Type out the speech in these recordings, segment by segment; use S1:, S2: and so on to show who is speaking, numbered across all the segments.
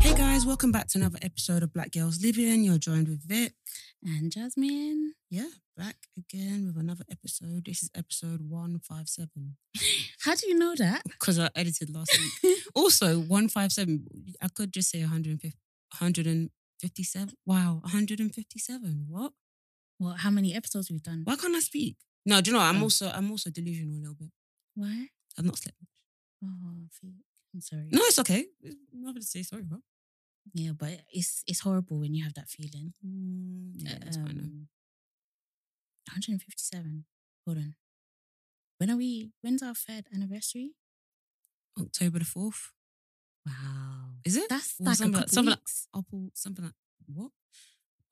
S1: Hey guys, welcome back to another episode of Black Girls Living. You're joined with Vic.
S2: And Jasmine.
S1: Yeah, back again with another episode. This is episode 157
S2: How do you know that?
S1: because I edited last week. also, 157, I could just say 150, 157. Wow, 157. What?
S2: Well, how many episodes we've done?
S1: Why can't I speak? No, do you know what? I'm
S2: Oh.
S1: also I'm also delusional a little bit.
S2: Why?
S1: I've not slept.
S2: Oh, Vic, I'm sorry.
S1: No, it's okay. There's nothing to say. Sorry, bro.
S2: Yeah, but it's it's horrible when you have that feeling.
S1: Mm, Yeah, that's fine. now.
S2: Um, 157. Hold on. When are we? When's our third anniversary?
S1: October the 4th.
S2: Wow.
S1: Is it?
S2: That's
S1: Or
S2: like
S1: something
S2: a
S1: like-
S2: couple
S1: something like-
S2: weeks.
S1: Apple, something like what?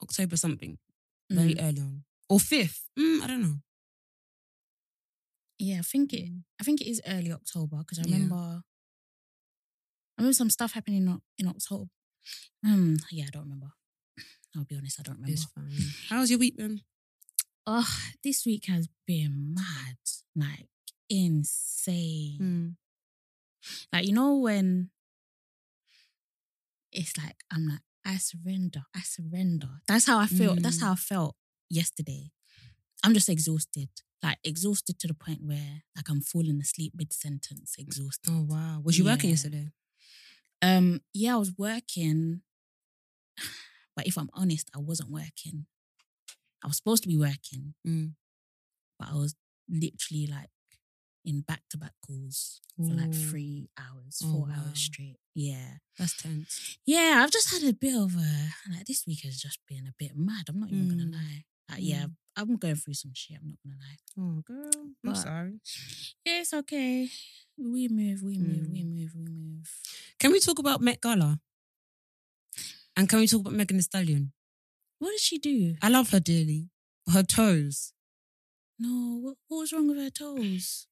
S1: October something. Very
S2: Mm.
S1: early on. Or 5th. Mm, I don't know. Mm.
S2: Yeah, I think it. I think it is early October because I
S1: Yeah.
S2: remember. I remember some stuff happening in, Oc- in October. Um, yeah, I don't remember. I'll be honest, I don't remember.
S1: It's fine. How's your week been?
S2: Oh, this week has been mad, like insane.
S1: Mm.
S2: Like you know when it's like I'm like I surrender, I surrender. That's how I feel. That's
S1: Mm.
S2: how I felt yesterday. I'm just exhausted, like exhausted to the point where like I'm falling asleep mid sentence, exhausted.
S1: Oh wow. Was you working
S2: Yeah.
S1: yesterday?
S2: Um, yeah, I was working, but if I'm honest, I wasn't working. I was supposed to be working,
S1: Mm.
S2: but I was literally like in back to back calls for like
S1: Ooh.
S2: three hours,
S1: Oh,
S2: four
S1: wow.
S2: hours straight. Yeah.
S1: That's tense.
S2: Yeah, I've just had a bit of a, like, this week has just been a bit mad. I'm not even going
S1: Mm.
S2: to lie. Like, yeah, I'm going through some shit. I'm not going to lie.
S1: Oh girl. I'm
S2: But-
S1: sorry.
S2: Yeah, it's okay. We move, we move, we
S1: Mm.
S2: move, we move.
S1: Can we talk about Met Gala? And can we talk about Megan Thee Stallion?
S2: What did she do?
S1: I love her dearly. Her toes.
S2: No, what, what was wrong with her toes?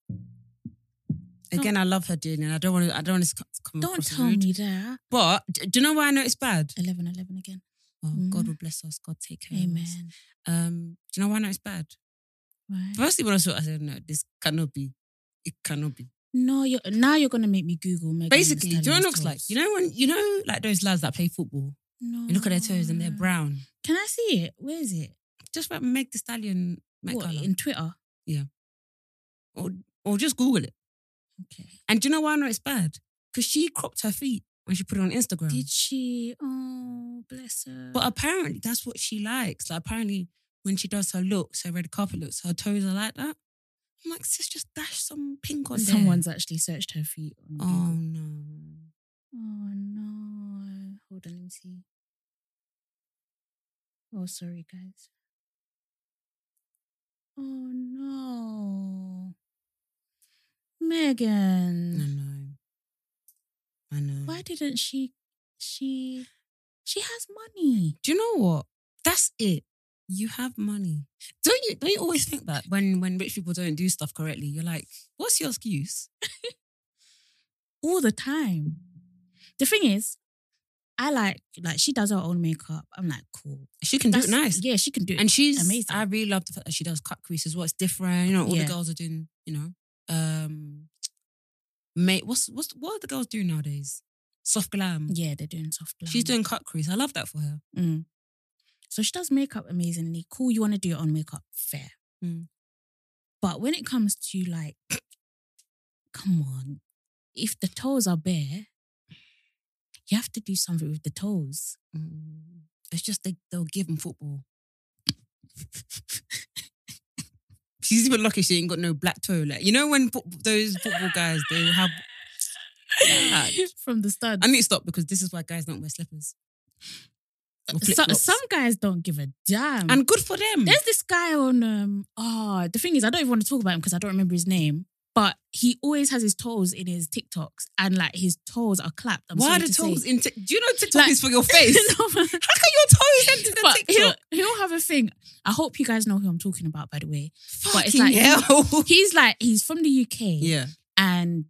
S1: Again, I love her dearly, and I don't want to. I don't want to come
S2: Don't
S1: across
S2: tell
S1: Mm, rude.
S2: me that.
S1: But d- do you know why I know it's bad?
S2: 11, 11 again.
S1: Oh, God
S2: Mhm.
S1: will bless us. God take care. Of us.
S2: Amen.
S1: Um, do you know why I know it's bad?
S2: Right.
S1: Firstly, when I saw, it, I said, "No, this cannot be. It cannot be."
S2: No, you're now you're gonna make me Google. Megan Thee
S1: Basically, do you know what it
S2: Stallion's
S1: looks like?
S2: toes.
S1: You know when you know like those lads that play football.
S2: No.
S1: You look at their toes and
S2: Ah.
S1: they're brown.
S2: Can I see it? Where is it?
S1: Just like Meg the Stallion, Met
S2: What,
S1: Gala.
S2: in Twitter?
S1: or or just Google it.
S2: Okay.
S1: And do you know why I know it's bad? Because she cropped her feet when she put it on Instagram.
S2: Did she? Oh, bless her.
S1: But apparently, that's what she likes. Like apparently, when she does her looks, her red carpet looks, her toes are like that. I'm like, sis, just dash some pink on there.
S2: someone's actually searched her feet. On
S1: Oh
S2: Google.
S1: no.
S2: Oh no. Hold on, let me see. Oh, sorry, guys. Oh no.
S1: I
S2: Megan.
S1: know. I know.
S2: Why didn't she she she has money.
S1: Do you know what? That's it. you have money. Don't you? Don't you always think that when when rich people don't do stuff correctly, you're like, what's your excuse?
S2: all the time. The thing is, I like like she does her own makeup. I'm like, cool.
S1: She can do it
S2: That's-
S1: nice,
S2: Yeah, she can do it.
S1: and she's
S2: amazing.
S1: I really love the fact that she does cut creases. What's different? You know, all
S2: Yeah.
S1: the girls are doing. You know, um, mate, what's what's what are the girls doing nowadays? Soft glam.
S2: yeah, they're doing soft glam.
S1: She's doing cut crease. I love that for her.
S2: Mm. So she does makeup amazingly. Cool, you want to do your own makeup, fair.
S1: Mm.
S2: But when it comes to like, come on, if the toes are bare, you have to do something with the toes.
S1: It's just they, they'll give them football. She's even lucky she ain't got no black toe. Like you know when fo- those football guys they will have.
S2: From the start.
S1: I need to stop because this is why guys don't wear slippers. Or
S2: so,
S1: flip-flops.
S2: some guys don't give a damn.
S1: and good for them.
S2: There's this guy on um oh the thing is I don't even want to talk about him because I don't remember his name. But he always has his toes in his TikToks and like his toes are clapped. I'm
S1: why are
S2: sorry
S1: the
S2: to say.
S1: toes in? Tik- Do you know TikTok
S2: Like-
S1: is for your face?
S2: No, man.
S1: How can your toes into the
S2: But he'll,
S1: TikTok?
S2: he'll have a thing. I hope you guys know who I'm talking about, by the way. but it's
S1: Fucking
S2: like-
S1: hell.
S2: He's like, he's from the UK.
S1: yeah.
S2: And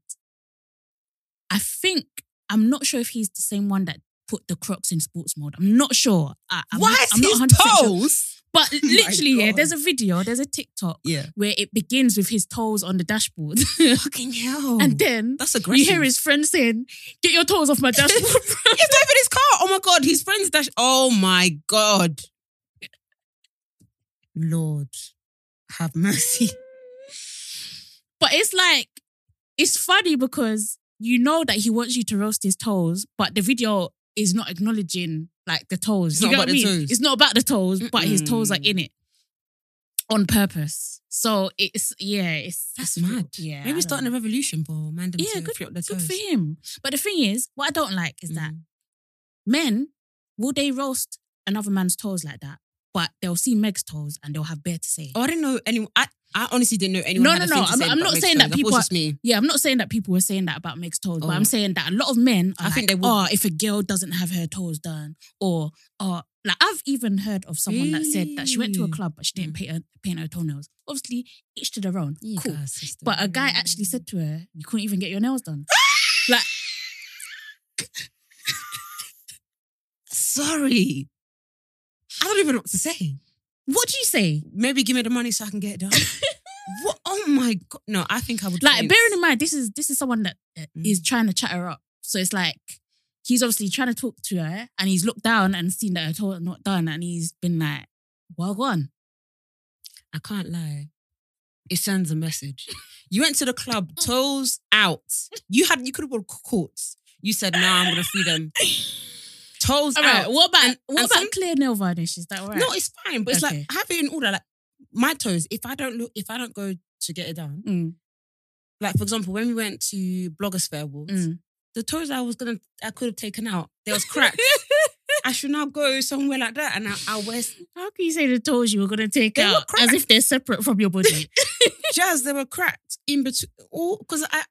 S2: I think, I'm not sure if he's the same one that put the Crocs in sports mode. I'm not sure. I, I'm
S1: why
S2: not,
S1: is
S2: I'm not
S1: his
S2: 100% sure.
S1: toes?
S2: But
S1: my
S2: literally, yeah,
S1: God.
S2: there's a video, there's a TikTok
S1: Yeah.
S2: where it begins with his toes on the dashboard.
S1: Fucking hell.
S2: and then
S1: that's
S2: you
S1: aggressive.
S2: hear his friend saying, Get your toes off my dashboard. bro."
S1: He's driving his car. Oh my god, his friends dash. Oh my god. Lord, have mercy.
S2: But it's like, it's funny because you know that he wants you to roast his toes, but the video is not acknowledging like the toes.
S1: It's
S2: you
S1: not
S2: get
S1: about
S2: what I
S1: the
S2: mean?
S1: toes.
S2: It's not about the toes, but his toes are
S1: Mm-mm.
S2: in it on purpose. So it's yeah, it's
S1: That's
S2: it's-
S1: mad.
S2: Yeah,
S1: Maybe starting a
S2: a
S1: revolution for man. them to
S2: yeah, good,
S1: free up their
S2: good
S1: toes.
S2: for him. But the thing is, what I don't like is that
S1: Mm.
S2: men will they roast another man's toes like that, but they'll see Meg's toes and they'll have bare to say.
S1: Oh, I didn't know anyone. I, I honestly didn't know anyone.
S2: No,
S1: had
S2: no,
S1: a
S2: no,
S1: thing to
S2: I'm-
S1: say
S2: I'm
S1: about
S2: not
S1: Meg
S2: saying
S1: Stone.
S2: that
S1: I thought it
S2: people
S1: was just me.
S2: Yeah, I'm not saying that people were saying that about Meg's toes, but
S1: Oh.
S2: I'm saying that a lot of men. Are
S1: I think
S2: like,
S1: they would-
S2: Oh, if a girl doesn't have her toes done, or or like I've even heard of someone that said that she went to a
S1: Really?
S2: club but she didn't
S1: Mm.
S2: paint her, paint her toenails. Obviously, each to their own.
S1: You
S2: cool.
S1: guys, sister.
S2: But a guy actually said to her, "You couldn't even get your nails done." like,
S1: "Sorry, I don't even know what to say.
S2: what do you say?
S1: Maybe give me the money so I can get it done." what? Oh my god! No, I think I would.
S2: Like,
S1: faint.
S2: bearing in mind this is this is someone that uh, is trying to chat her up, so it's like. He's obviously trying to talk to her, and he's looked down and seen that her toe are not done, and he's been like, "Well gone."
S1: I can't lie. It sends a message. You went to the club, toes out. You had you could have bought courts. You said, nah, I'm gonna free them. Toes
S2: All right.
S1: out.
S2: What about
S1: And-
S2: what
S1: and
S2: about
S1: some-
S2: clear nail varnish? Is that all right?
S1: No, it's fine, but it's
S2: Okay.
S1: like have it in order. Like my toes, if I don't look, if I don't go to get it done,
S2: Mm,
S1: like for example, when we went to Bloggers Fair Awards,
S2: mm.
S1: the toes I was gonna I could have taken out, there was cracks. I should now go somewhere like that and I, I'll wear
S2: How can you say the toes you were gonna take
S1: They were
S2: out as if they're separate from your body?
S1: jazz, they were cracked in between all because I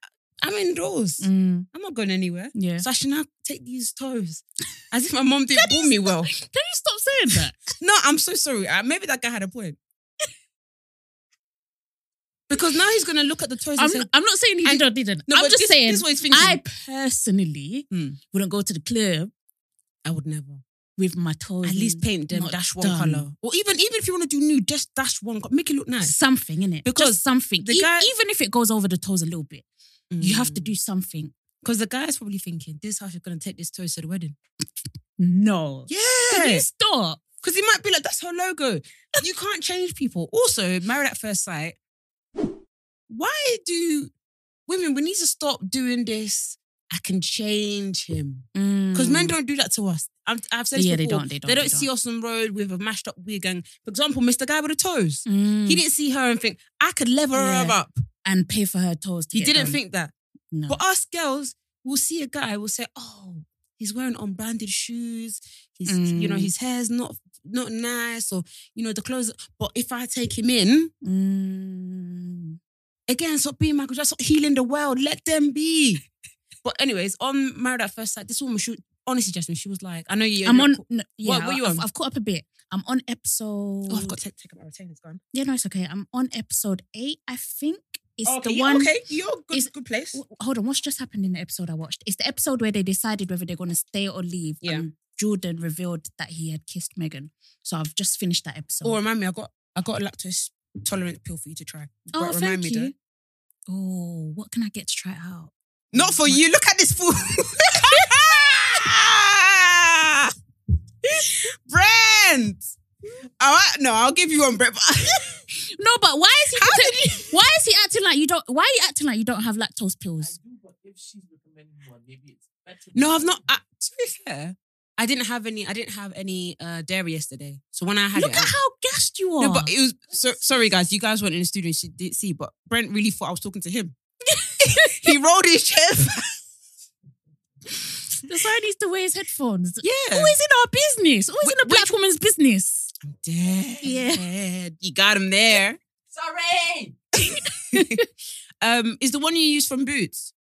S1: I'm indoors.
S2: Mm,
S1: I'm not going anywhere.
S2: yeah.
S1: So I should now take these toes. As if my mom didn't bore me well.
S2: Can you stop saying that?
S1: No, I'm so sorry. Uh, maybe that guy had a point. Because now he's going to look at the toes
S2: I'm,
S1: and say,
S2: I'm not saying he
S1: And-
S2: did or didn't.
S1: no,
S2: I'm
S1: but
S2: just
S1: this,
S2: saying
S1: This is what he's thinking.
S2: I personally
S1: Mm.
S2: wouldn't go to the club
S1: I would never.
S2: with my toes.
S1: At least paint them
S2: Mm, not
S1: dash one
S2: done.
S1: color. Or even even if you want to do nude, just dash one color. Make it look nice.
S2: Something in it,
S1: Because
S2: just something.
S1: the
S2: E-
S1: guy- Hmm.
S2: even if it goes over the toes a little bit, you have to do something.
S1: Because the guy's probably thinking, this house is going to take this toes to the wedding.
S2: No,
S1: Yeah.
S2: Can you stop?
S1: Because he might be like, that's her logo. You can't change people. Also, Married at First Sight, why do women, we need to stop doing this? I can change him. Because men don't do that to us. I've, I've said this
S2: Mm. Yeah, they
S1: before.
S2: don't, they don't,
S1: They
S2: they
S1: don't see
S2: don't.
S1: us on the road with a mashed up wig. And for example, Mr. Guy with the toes.
S2: Mm.
S1: He didn't see her and think, I could lever her
S2: Yeah.
S1: up.
S2: and pay for her toes. To
S1: He
S2: get
S1: didn't
S2: done.
S1: think that.
S2: No.
S1: But us girls, we'll see a guy, we'll say, "Oh, he's wearing unbranded shoes. He's, you know,
S2: Mm.
S1: his hair's not not nice, or you know, the clothes." But if I take him in
S2: Mm.
S1: again, stop being Michael Jackson, stop healing the world. Let them be. but anyways, on Married at First Sight, this woman, she honestly, Jasmine, she was like, "I know you."
S2: I'm on. No, yeah,
S1: what you
S2: I've,
S1: on?
S2: I've caught up a bit. I'm on episode.
S1: Oh, I've got to take, take up my retainer's gone.
S2: Yeah, no, it's okay. I'm on episode eight, I think. It's
S1: okay,
S2: the
S1: yeah,
S2: one.
S1: okay, you're
S2: it's- Oh,
S1: good, good place. Oh,
S2: W- Hold on, what's just happened in the episode I watched? It's the episode where they decided whether they're going to stay or leave.
S1: Yeah.
S2: And Jordan revealed that he had kissed Megan. So I've just finished that episode.
S1: Oh, remind me, I got I got a lactose tolerant pill for you to try.
S2: oh,
S1: Right,
S2: thank
S1: remind me,
S2: you.
S1: though.
S2: Oh, what can I get to try out?
S1: Not for
S2: My-
S1: you. Look at this fool. Brand. All right, no, I'll give you one, Brett.
S2: No, but why is he?
S1: How did
S2: why is he acting like you don't? Why are you acting like you don't have lactose pills?
S1: no, I've not. I, to be fair, I didn't have any. I didn't have any uh, dairy yesterday. So when I had
S2: Look
S1: it,
S2: at how gassed you are.
S1: No, but it was so, sorry, guys. You guys weren't in the studio. and She didn't see, but Brent really thought I was talking to him. he rolled his chair. back.
S2: That's why he needs to wear his headphones.
S1: Yeah.
S2: Always in our business. Always
S1: Wh-
S2: in a black woman's business.
S1: I'm dead.
S2: Yeah.
S1: You got him there. Sorry. um, is the one you use from Boots?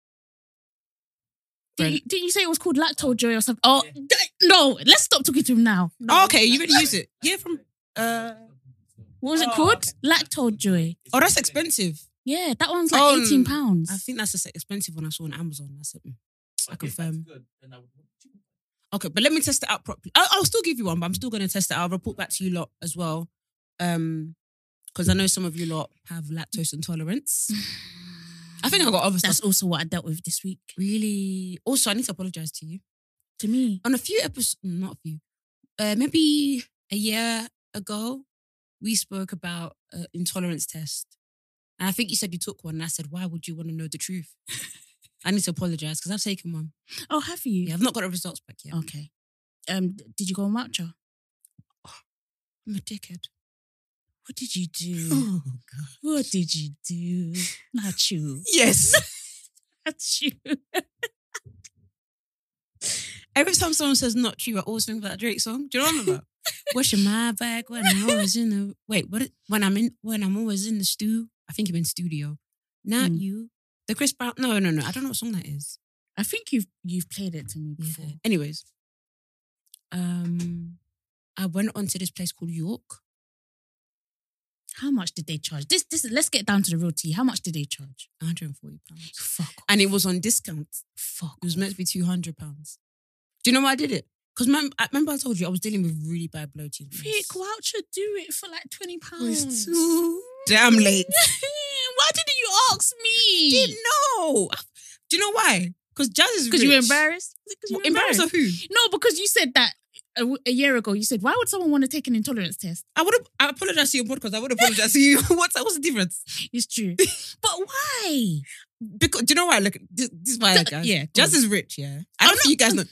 S2: Didn't you,
S1: Brent.
S2: didn't you say it was called lacto joy or something? Oh d- no! Let's stop talking to him now.
S1: Oh, okay, you really use it. Yeah, from uh
S2: What was it
S1: Oh,
S2: called? Lacto joy.
S1: Oh, that's expensive.
S2: Yeah, that one's like
S1: Um,
S2: eighteen pounds.
S1: I think that's the expensive one I saw on Amazon. That's it. I confirm. Okay, but let me test it out properly. I'll, I'll still give you one, but I'm still going to test it. I'll report back to you lot as well, um, because I know some of you lot have lactose intolerance. I think I got other
S2: That's
S1: stuff.
S2: also what I dealt with this week.
S1: Really. Also, I need to apologize to you.
S2: To me,
S1: On a few episodes, not a few, uh, maybe a year ago, we spoke about uh, intolerance test, and I think you said you took one. And I said, why would you want to know the truth? I need to apologize because I've taken one.
S2: oh, have you?
S1: Yeah, I've not got the results back yet.
S2: Okay. Um, d- did you go on voucher?
S1: I'm a dickhead.
S2: What did you do?
S1: Oh god.
S2: What did you do? Not you.
S1: Yes.
S2: Not you.
S1: Every time someone says not true, I always think about that Drake song. Do you know what I'm about? Washing my bag when I'm always in the wait, what is- when I'm in when I'm always in the stew. I think you meant studio. Not
S2: Mm.
S1: you. The Chris Brown no, no, no. I don't know what song that is.
S2: I think you've you've played it to me before.
S1: Anyways. Um I went on to this place called York.
S2: How much did they charge? This this let's get down to the real tea. How much did they charge?
S1: 140 pounds.
S2: Fuck. off.
S1: And it was on discount.
S2: Fuck.
S1: It was meant to be 200 pounds. Do you know why I did it? Because remember I told you I was dealing with really bad bloating.
S2: Vic Woucher do it for like twenty
S1: It's
S2: pounds.
S1: too damn late.
S2: Why didn't you ask
S1: didn't
S2: me?
S1: know. Do you know why? Because Jazz is
S2: Because you were
S1: rich.
S2: embarrassed. Is it 'cause you
S1: Well,
S2: were
S1: embarrassed of who?
S2: No, because you said that a, w- a year ago. You said, "Why would someone want to take an intolerance test?"
S1: I would have. I apologize to your podcast. I would apologize to you. What's what's the difference?
S2: It's true, but why?
S1: Because do you know why? Look, this, this is why,
S2: Th-
S1: guys.
S2: yeah, go
S1: Jazz
S2: on.
S1: is rich. Yeah, I don't think you guys know.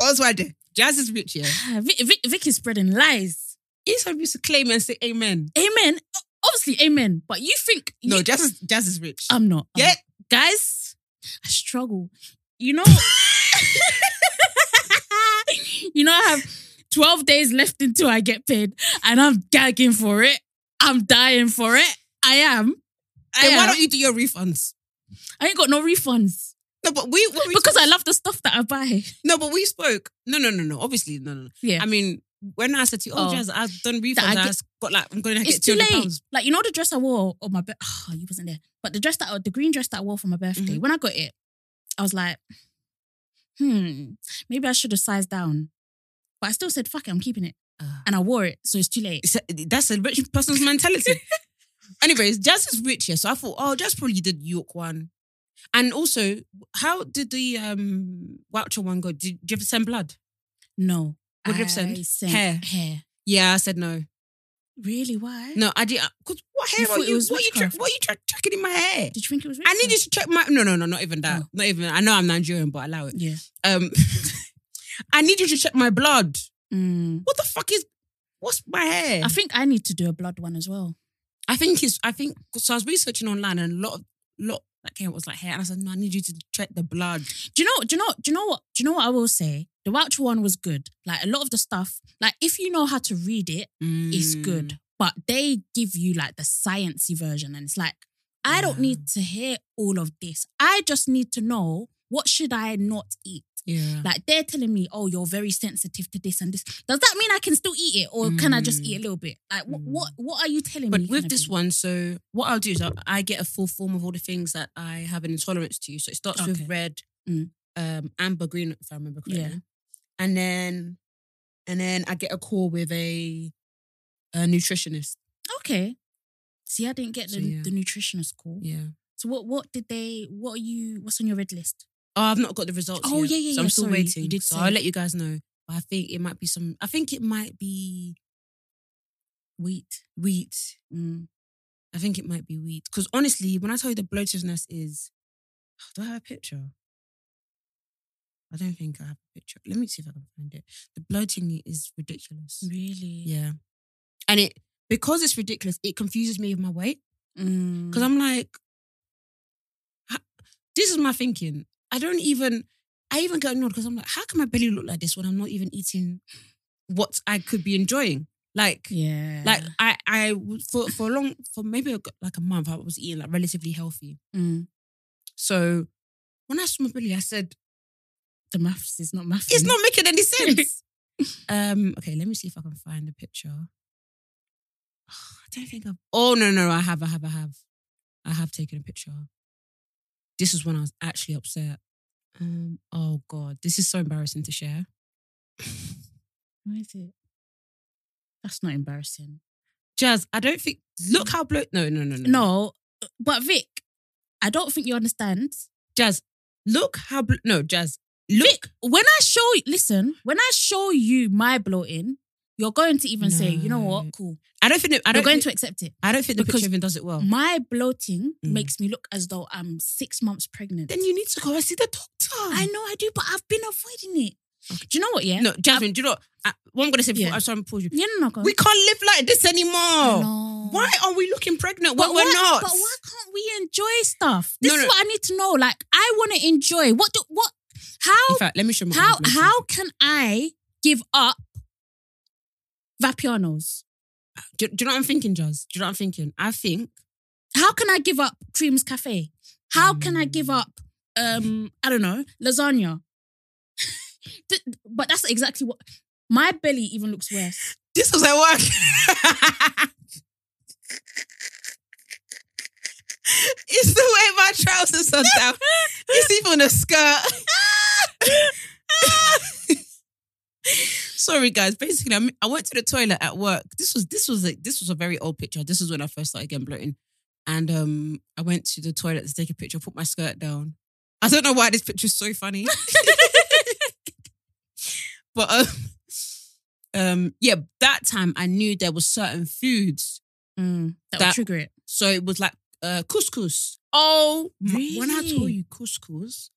S1: That's why. I did. Jazz is rich. Yeah,
S2: Ah, Vic, Vic, Vic is spreading lies.
S1: he's used to claim and say amen.
S2: Amen. Obviously, amen. But you think
S1: No,
S2: you- Um,
S1: Jazz is Jazz is rich.
S2: I'm not. I'm
S1: yeah,
S2: not. guys, I struggle. You know, you know, I have 12 days left until I get paid, and I'm gagging for it. I'm dying for it. I am. I
S1: then why
S2: am.
S1: don't you do your refunds?
S2: I ain't got no refunds
S1: No, but we, when we
S2: because I love the stuff that I buy.
S1: no, but we spoke. No, no, no, no. Obviously, no, no. no.
S2: Yeah.
S1: I mean, when I said to you, "Oh,
S2: Oh.
S1: Jazz, I've done refunds.
S2: That I
S1: I
S2: get-
S1: got like I'm going to
S2: it's
S1: get
S2: too
S1: two
S2: late.
S1: hundred pounds."
S2: Like you know the dress I wore on my birthday. Oh, you wasn't there. But the dress that I, the green dress that I wore for my birthday.
S1: Mhm.
S2: When I got it, I was like, hmm, maybe I should have sized down. But I still said, fuck it, I'm keeping it.
S1: Ah.
S2: And I wore it, so it's too late.
S1: It's a- that's a rich person's mentality. Anyways, Jazz is rich, yeah. So I thought, oh, Jazz probably did York one. And also, how did the um voucher one go? Did, did you ever send blood?
S2: No.
S1: Would you have
S2: I
S1: sent
S2: sent
S1: hair?
S2: Hair.
S1: Yeah, I said no.
S2: Really? Why?
S1: No, I did. uh, Cause what hair
S2: Eh? You
S1: are
S2: thought it
S1: you?
S2: was
S1: What are you? Tra-
S2: witchcraft?
S1: what are you tra- tracking in my hair?
S2: Did you think it was?
S1: I need you to check my. No, no, no, not even that.
S2: Oh.
S1: Not even. I know I'm Nigerian, but allow it.
S2: Yeah.
S1: Um, I need you to check my blood.
S2: Mm.
S1: What the fuck is? What's my hair?
S2: I think I need to do a blood one as well.
S1: I think it's. I think so. I was researching online, and a lot of lot that came up was like hair, and I said, "No, I need you to check the blood."
S2: Do you know? Do you know? Do you know what? Do you know what I will say? The voucher one was good. Like a lot of the stuff. Like if you know how to read it,
S1: Mm,
S2: it's good. But they give you like the sciencey version, and it's like I don't
S1: Yeah.
S2: need to hear all of this. I just need to know what should I not eat.
S1: Yeah.
S2: Like they're telling me, oh, you're very sensitive to this and this. Does that mean I can still eat it, or can I just
S1: Mm.
S2: eat a little bit? Like, what
S1: Mm.
S2: what, what are you telling
S1: But
S2: me? kind
S1: with
S2: of
S1: this
S2: thing?
S1: one, so what I'll do is I'll, I get a full form of all the things that I have an intolerance to. So it starts
S2: Okay.
S1: with red,
S2: Mm.
S1: um, amber, green, if I remember correctly,
S2: Yeah.
S1: and then and then I get a call with a, a nutritionist.
S2: okay. See, I didn't get the,
S1: So, yeah.
S2: the nutritionist call.
S1: Yeah.
S2: So what what did they? What are you? What's on your red list?
S1: Oh, I've not got the results.
S2: Oh,
S1: yet,
S2: yeah, yeah,
S1: So
S2: yeah,
S1: I'm still
S2: sorry,
S1: waiting.
S2: you did
S1: so
S2: say.
S1: I'll let you guys know. But I think it might be some. I think it might be wheat. Wheat.
S2: Mm.
S1: I think it might be wheat. Because honestly, when I tell you the bloativeness is, do I have a picture? I don't think I have a picture. Let me see if I can find it. The bloating is ridiculous.
S2: Really?
S1: Yeah. And it, because it's ridiculous, it confuses me with my weight.
S2: Mm.
S1: Because I'm like, ha- this is my thinking. I don't even, I even get annoyed because I'm like, how can my belly look like this when I'm not even eating what I could be enjoying? Like,
S2: yeah.
S1: like I, I w- for for a long for maybe a g- like a month I was eating like relatively healthy.
S2: Mm.
S1: So when I saw my belly, I said
S2: the maths is not maths.
S1: it's not making any sense. um, okay, let me see if I can find a picture. I don't think I've. Oh no, no, I have, I have, I have, I have taken a picture. This is when I was actually upset. Um, oh god, this is so embarrassing to share.
S2: What is it? That's not embarrassing.
S1: Jazz, I don't think. Look how bloat. No, no, no, no.
S2: No, but Vic, I don't think you understand.
S1: Jazz, look how. Blo- no, Jazz, look.
S2: When I show you, listen, when I show you my bloating, you're going to even say, you know
S1: No.
S2: what, cool.
S1: I don't think. It, I
S2: You're
S1: don't
S2: going
S1: think,
S2: to accept it.
S1: I don't think the
S2: because-
S1: picture even does it well.
S2: My bloating
S1: Mm.
S2: makes me look as though I'm six months pregnant.
S1: then you need to go and see the doctor.
S2: I know I do, but I've been avoiding it. Do you know what? Yeah.
S1: No, Jasmine, do you know I, what I'm going to say? Before,
S2: Yeah.
S1: I'm sorry, I'm pausing you.
S2: Yeah, no, no, go.
S1: We can't live like this anymore.
S2: no.
S1: Why are we looking pregnant
S2: But
S1: when we're
S2: why-
S1: not?
S2: But why can't we enjoy stuff?
S1: No,
S2: This is
S1: no.
S2: what I need to know. Like, I want to enjoy. What do what? How
S1: In fact, let me show my
S2: how
S1: hand, please.
S2: how can I give up Vapianos?
S1: Do, do you know what I'm thinking, Jazz? Do you know what I'm thinking? I think
S2: How can I give up Creams Cafe? How can I give up um I don't know lasagna? Th- but that's exactly what my belly even looks worse.
S1: this was at work. it's the way my trousers are down. it's even a skirt. Sorry guys, basically I'm, I went to the toilet at work. This was this was a, this was a very old picture. This was when I first started getting bloating. And um I went to the toilet to take a picture, put my skirt down. I don't know why this picture is so funny. but um, um yeah, that time I knew there was certain foods
S2: Mm, that, will
S1: That-
S2: trigger it.
S1: so it was like uh, couscous. Oh, my- when I told
S2: Really?
S1: you couscous,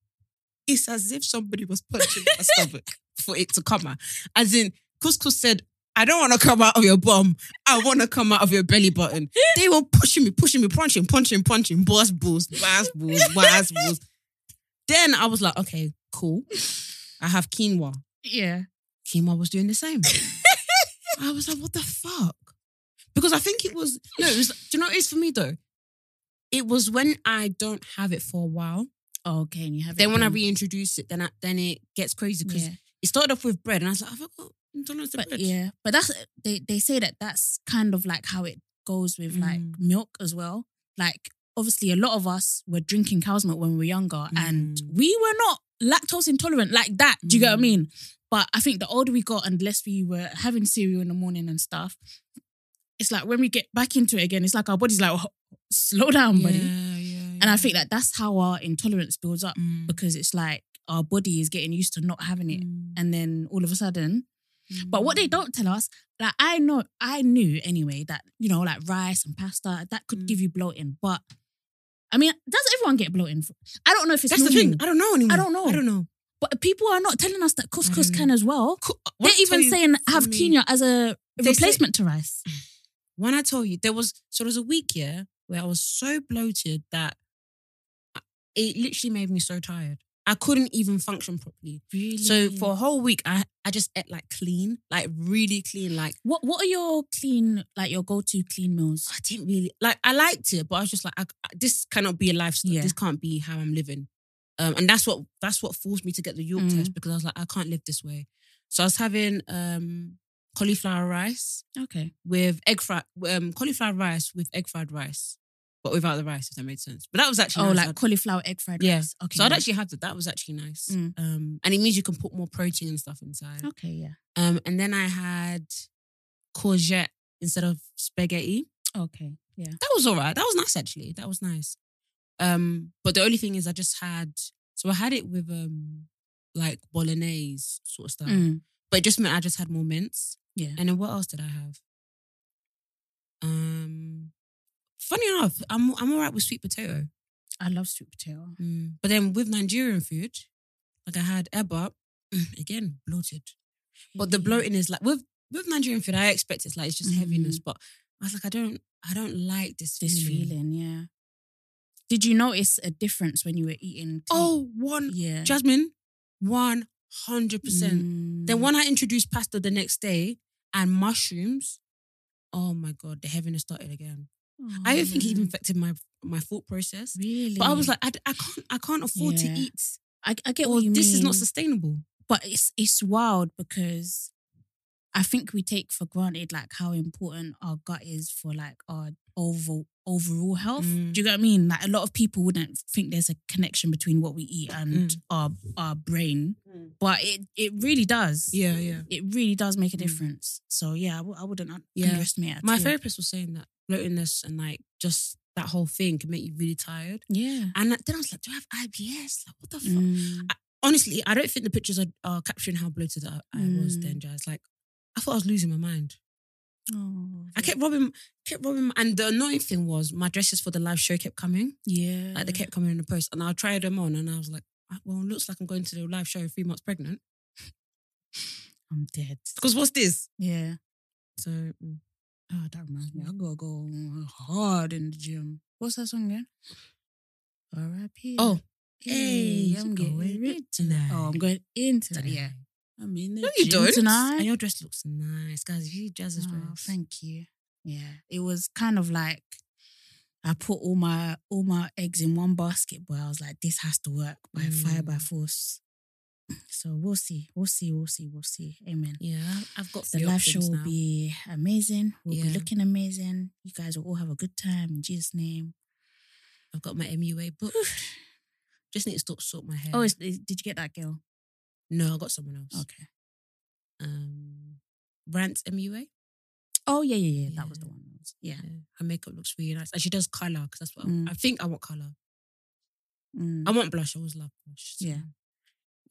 S1: it's as if somebody was punching my stomach for it to come out. As in, couscous said, I don't want to come out of your bum. I want to come out of your belly button. They were pushing me, pushing me, punching, punching, punching, boss balls, boss balls, boss balls. Then I was like, okay, cool. I have quinoa.
S2: Yeah.
S1: Quinoa was doing the same. I was like, what the fuck? Because I think it was no, it was do you know what it is for me though? It was when I don't have it for a while.
S2: okay, and you have.
S1: Then
S2: it
S1: when I
S2: again.
S1: reintroduce it, then I, then it gets crazy because
S2: Mm-hmm. Yeah.
S1: it started off with bread and I was like, I've got intolerance to
S2: But
S1: bread.
S2: yeah, but that's they they say that that's kind of like how it goes with like
S1: Mm.
S2: milk as well. Like obviously, a lot of us were drinking cow's milk when we were younger, and
S1: Mm.
S2: we were not lactose intolerant like that. Do you get what I
S1: Mm.
S2: mean? But I think the older we got, and less we were having cereal in the morning and stuff, it's like when we get back into it again, it's like our body's like, "Oh, slow down, buddy.
S1: Yeah, yeah,
S2: And I
S1: yeah.
S2: think that that's how our intolerance builds up
S1: Mm.
S2: because it's like our body is getting used to not having it,
S1: Mm.
S2: and then all of a sudden. But what they
S1: Mm.
S2: don't tell us, like I know, I knew anyway that you know, like rice and pasta, that could
S1: Mm.
S2: give you bloating. But I mean, does everyone get bloating? I don't know if it's
S1: That's the
S2: normal,
S1: thing. I don't know anymore.
S2: Mm. don't know.
S1: I don't know.
S2: but people are not telling us that couscous
S1: don't
S2: can as well.
S1: Co-
S2: They're
S1: when I tell
S2: even
S1: you-
S2: saying
S1: for
S2: have
S1: me-
S2: quinoa as a
S1: They say-
S2: replacement to rice.
S1: when I told you there was so there was a week yeah where I was so bloated that I- it literally made me so tired. I couldn't even function properly.
S2: Really?
S1: So for a whole week, I I just ate like clean, like really clean. Like
S2: what what are your clean
S1: Oh,
S2: like your go to clean meals?
S1: I didn't really like. I liked it, but I was just like, I, I- this cannot be a lifestyle.
S2: Yeah.
S1: This can't be how I'm living. Um, and that's what that's what forced me to get the York
S2: Mm.
S1: test because I was like, I can't live this way. So I was having um, cauliflower rice
S2: Okay.
S1: with egg fried um, cauliflower rice with egg fried rice, but without the rice, if that made sense. But that was actually
S2: Oh,
S1: nice.
S2: like
S1: I'd-
S2: cauliflower egg fried
S1: Yeah.
S2: rice. Okay.
S1: so I'd
S2: yeah.
S1: actually had that. That was actually nice.
S2: Mm. Oh.
S1: Um, and it means you can put more protein and stuff inside.
S2: Okay. Yeah.
S1: Um, and then I had courgette instead of spaghetti.
S2: Okay. Yeah.
S1: That was all right. That was nice actually. That was nice. Um, but the only thing is, I just had so I had it with um like bolognese sort of stuff,
S2: Mm.
S1: but it just meant I just had more mince.
S2: Yeah.
S1: And then what else did I have? Um, funny enough, I'm I'm all right with sweet potato.
S2: I love sweet potato.
S1: Mm. But then with Nigerian food, like I had eba, again bloated. But the bloating is like with with Nigerian food, I expect it's like it's just heaviness. But I was like, I don't, I don't like this
S2: Mm-hmm. This feeling. Yeah. Did you notice a difference when you were eating?
S1: Oh, one
S2: yeah.
S1: Jasmine, one hundred percent.
S2: Mm.
S1: Then when I introduced pasta the next day and mushrooms, oh my god, the heaviness started again. I don't think it
S2: Oh,
S1: even affected my my thought process.
S2: really.
S1: But I was like, I, d- I can't, I can't afford
S2: Yeah.
S1: to eat.
S2: I, I get
S1: Or
S2: what you
S1: this is not
S2: mean.
S1: sustainable.
S2: but it's it's wild because I think we take for granted like how important our gut is for like our over overall health.
S1: Mm.
S2: Do you get what I mean? Like a lot of people wouldn't think there's a connection between what we eat and
S1: Mm.
S2: our our brain, but it it really does.
S1: Yeah, yeah.
S2: It really does make a
S1: Mm.
S2: difference. So yeah, I w- I wouldn't un-
S1: Yeah.
S2: underestimate it at
S1: My
S2: all.
S1: therapist was saying that bloatingness and like just that whole thing can make you really tired.
S2: Yeah.
S1: And then I was like, do I have IBS? Like, what the fuck?
S2: Mm.
S1: Honestly, I don't think the pictures are, are capturing how bloated I, I was
S2: Mm.
S1: then, Jazz. Like, I thought I was losing my mind.
S2: Oh,
S1: I kept robbing, kept robbing. And the annoying thing was my dresses for the live show kept coming.
S2: yeah.
S1: Like, they kept coming in the post. And I tried them on and I was like, "Ah, well, it looks like I'm going to the live show three months pregnant.
S2: I'm dead.
S1: Because what's this?
S2: Yeah.
S1: So, mm.
S2: Oh, that reminds me. I gotta go hard in the gym. What's that song again? R.I.P.
S1: oh,
S2: hey,
S1: Hey,
S2: I'm
S1: you
S2: going
S1: going
S2: in
S1: in tonight.
S2: Oh, I'm going in tonight.
S1: Tonight.
S2: Yeah, I'm in the
S1: no, you
S2: gym
S1: don't.
S2: tonight.
S1: And your dress looks nice, guys. If you Jazz's dress.
S2: Oh, thank you. Yeah, it was kind of like I put all my all my eggs in one basket, but I was like, this has to work by fire by
S1: Mm.
S2: force. So we'll see, we'll see, we'll see, we'll see. Amen.
S1: Yeah, I've got
S2: The
S1: three
S2: live show
S1: options
S2: will
S1: now.
S2: be amazing. We'll be
S1: Yeah.
S2: looking amazing. You guys will all have a good time in Jesus' name.
S1: I've got my MUA booked. Just need to stop sort my hair.
S2: Oh, is, is- did you get that girl?
S1: um no, I got someone else.
S2: Okay.
S1: Um, Rant MUA.
S2: Oh yeah, yeah, yeah. That was the
S1: Yeah.
S2: one. Yeah.
S1: Her makeup looks really nice, and she does color because that's what
S2: Mm.
S1: I, I think I want. Color.
S2: Mm.
S1: I want blush. I always love blush. so
S2: Yeah.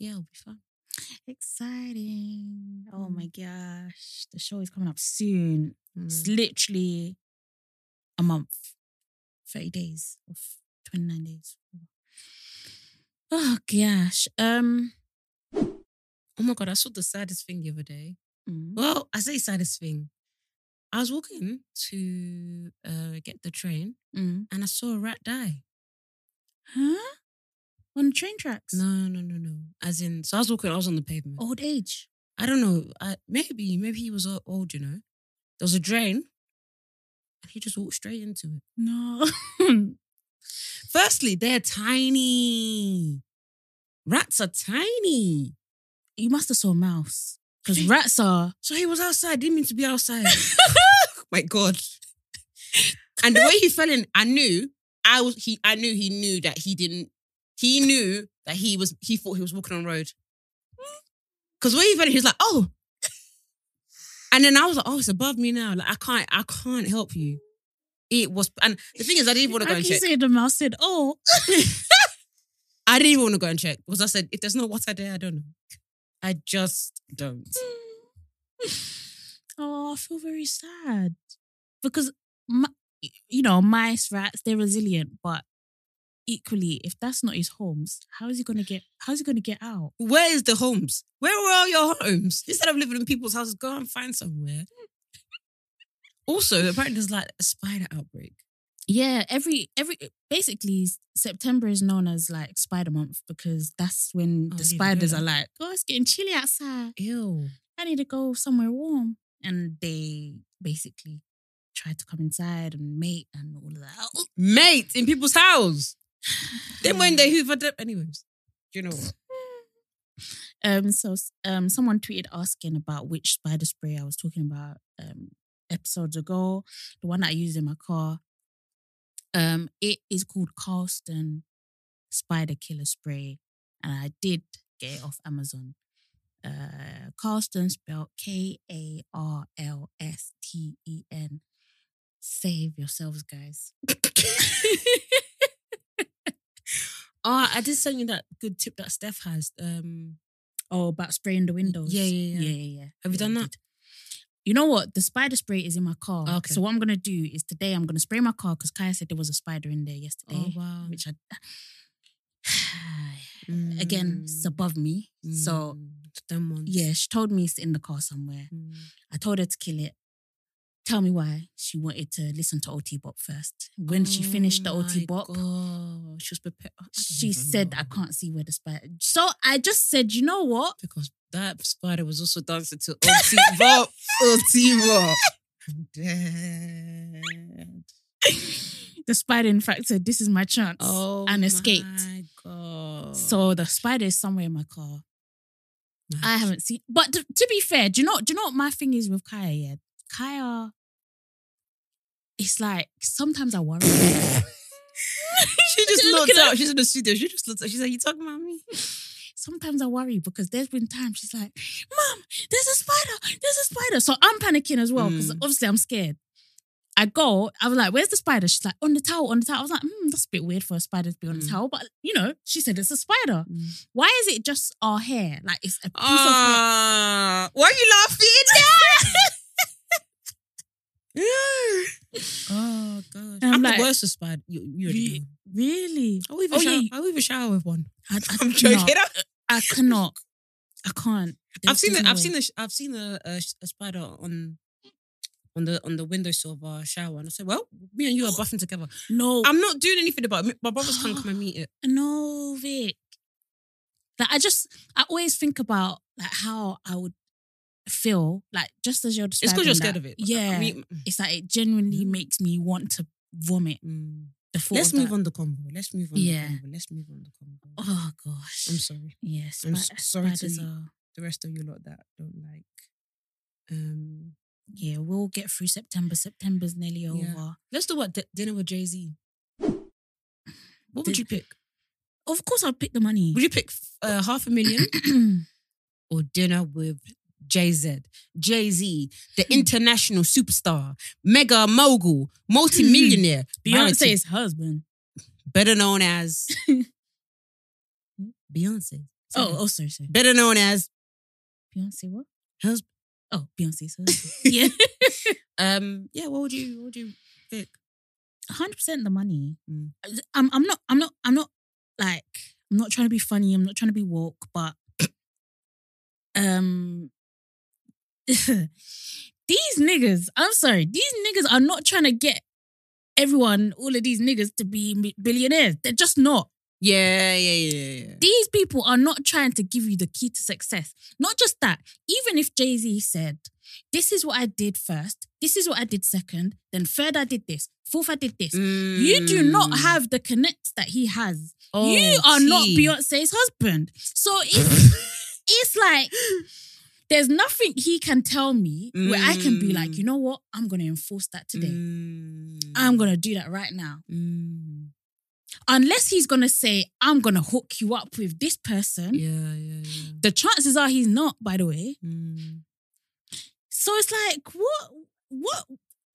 S1: yeah, it'll be fun.
S2: Exciting! Oh
S1: Mm.
S2: my gosh, the show is coming up soon. It's
S1: Mm.
S2: literally a month, thirty days, or twenty nine days. Oh gosh. Um.
S1: Oh my god, I saw the saddest thing the other day.
S2: mm.
S1: Well, I say saddest thing. I was walking to uh, get the train,
S2: Mm.
S1: and I saw a rat die.
S2: Huh? On the train tracks.
S1: No, no, no, no. As in, so I was walking. I was on the pavement.
S2: Old age.
S1: I don't know. I, maybe, maybe he was o- old, you know. There was a drain, and he just walked straight into it.
S2: No.
S1: Firstly, they're tiny. Rats are tiny.
S2: you must have saw a mouse because
S1: They-
S2: rats are.
S1: So he was outside. Didn't mean to be outside. My God. And the way he fell in, I knew. I was. He. I knew. He knew that he didn't. He knew that he was. He thought he was walking on road. Because when he fell in, he was like, "Oh." And then I was like, "Oh, it's above me now. Like I can't. I can't help you." It was. And the thing is, I didn't want to go
S2: Like
S1: and
S2: you
S1: check.
S2: said, the mouse said, "Oh."
S1: I didn't even want to go and check because I said, if there's no water there, I don't know. I just don't.
S2: oh, I feel very sad because my, you know mice, rats, they're resilient, but equally, if that's not his homes, how is he gonna get? How's he gonna get out?
S1: Where is the homes? Where were all your homes? Instead of living in people's houses, go and find somewhere. Also, apparently there's like a spider outbreak.
S2: Yeah, every every basically September is known as like Spider Month because that's when
S1: Oh, yeah,
S2: the
S1: they do
S2: spiders
S1: that.
S2: are like, oh, it's getting chilly outside.
S1: Ew.
S2: I need to go somewhere warm. And they basically try to come inside and mate and all of that. Mm.
S1: Mate in people's house. then when they hoovered up, anyways. Do you know? what?
S2: Um, so um, someone tweeted asking about which spider spray I was talking about um episodes ago, the one that I used in my car. Um, it is called Carlston Spider Killer Spray, and I did get it off Amazon. Uh, Carlston spelled K A R L S T E N. Save yourselves, guys.
S1: Ah, I did send you that good tip that Steph has. Um,
S2: Oh, about spraying the windows.
S1: Yeah, yeah, yeah.
S2: yeah, yeah.
S1: Have you
S2: Yeah,
S1: done
S2: I
S1: that?
S2: did. You know what? The spider spray is in my car.
S1: Oh, Okay.
S2: So what I'm gonna do is today I'm gonna spray my car because Kaya said there was a spider in there yesterday,
S1: Oh, wow.
S2: which I again it's above me. So
S1: Mm. them ones.
S2: yeah, she told me it's in the car somewhere.
S1: Mm.
S2: I told her to kill it. Tell me why she wanted to listen to OT Bop first. When she
S1: Oh
S2: finished the
S1: my
S2: OT Bop,
S1: God. she was prepared. I don't
S2: she
S1: even
S2: said,
S1: know.
S2: "I can't see where the spider." So I just said, "You know what?
S1: because that spider was also dancing to OT Bop. OT Bop. I'm dead.
S2: the spider, in fact, said, "This is my chance,"
S1: Oh,
S2: and escaped.
S1: My God.
S2: So the spider is somewhere in my car.
S1: Nice.
S2: I haven't seen. But to, to be fair, do you know? Do you know what my thing is with Kaya? Yeah, Kaya. It's like sometimes I worry.
S1: She just
S2: Look
S1: looked
S2: at her.
S1: out. She's in the studio. She just looked out. She's like, "You talking about me?"
S2: sometimes I worry because there's been times she's like, "Mom, there's a spider. There's a spider." So I'm panicking as well because
S1: Mm.
S2: obviously I'm scared. I go. I was like, "Where's the spider?" She's like, "On the towel. On the towel." I was like, "Hmm, that's a bit weird for a spider to be on the
S1: Mm.
S2: towel." But you know, she said it's a spider. Why is it just our hair? Like it's a piece of hair.
S1: Ah, why are you laughing? oh gosh,
S2: I'm
S1: I'm,
S2: like-
S1: the worst with spider. You, you already know.
S2: Really?
S1: I will even
S2: Oh,
S1: shower.
S2: yeah.
S1: I will even shower with one.
S2: I, I,
S1: I'm joking.
S2: no, I cannot. I can't.
S1: I've seen.
S2: it.
S1: The, I've seen. The, I've seen a, a, a spider on. On the on the windowsill of our shower, and I said, "Well, me and you are buffing together.
S2: No,
S1: I'm not doing anything about it. My brothers can't come and meet it.
S2: no, Vic. Like I just, I always think about like how I would feel. Like just as you're
S1: It's
S2: describing,
S1: because you're
S2: that.
S1: scared of it.
S2: Yeah,
S1: I mean,
S2: it's like it genuinely
S1: Mm.
S2: makes me want to vomit.
S1: mm.
S2: The thought
S1: let's
S2: of
S1: move
S2: that.
S1: on the combo. Let's move on.
S2: Yeah.
S1: the combo. let's move on the combo.
S2: Oh gosh.
S1: I'm sorry.
S2: Yes.
S1: I'm
S2: spi-
S1: s- sorry to
S2: spiders
S1: you.
S2: are-
S1: The rest of you lot that don't like. Um,
S2: Yeah, we'll get through September. September's nearly over.
S1: let's do what D- dinner with Jay Z. What would
S2: Did-
S1: you pick?
S2: Of course, I'll pick the money.
S1: Would you pick uh, half a million or dinner with Jay Z? Jay Z,
S2: Hmm.
S1: the international superstar, mega mogul, multi-millionaire,
S2: Beyonce's
S1: Beyonce,
S2: husband.
S1: better known as Beyonce.
S2: Oh, oh, sorry, sorry.
S1: better known as
S2: Beyonce what?
S1: Husband.
S2: Oh, Beyonce's husband. yeah.
S1: um. Yeah. What would you? What would you pick?
S2: hundred percent the money.
S1: Mm.
S2: I'm I'm not I'm not I'm not like I'm not trying to be funny. I'm not trying to be woke, but um, these niggas. I'm sorry, these niggas are not trying to get everyone, all of these niggas, to be mi- billionaires. They're just not.
S1: Yeah. Yeah. Yeah. Yeah.
S2: These people are not trying to give you the key to success. Not just that. Even if Jay Z said, "This is what I did first. This is what I did second. Then third, I did this. Fourth, I did this." You do not have the connects that he has. you are not Beyonce's husband. So it's, it's like there's nothing he can tell me where I can be like,
S1: Mm.
S2: you know what? I'm going to enforce that today. I'm going to do that right now.
S1: Mm.
S2: Unless he's going to say, I'm going to hook you up with this person.
S1: Yeah. Yeah. Yeah.
S2: The chances are he's not, by the way.
S1: Mm.
S2: So it's like, what? What?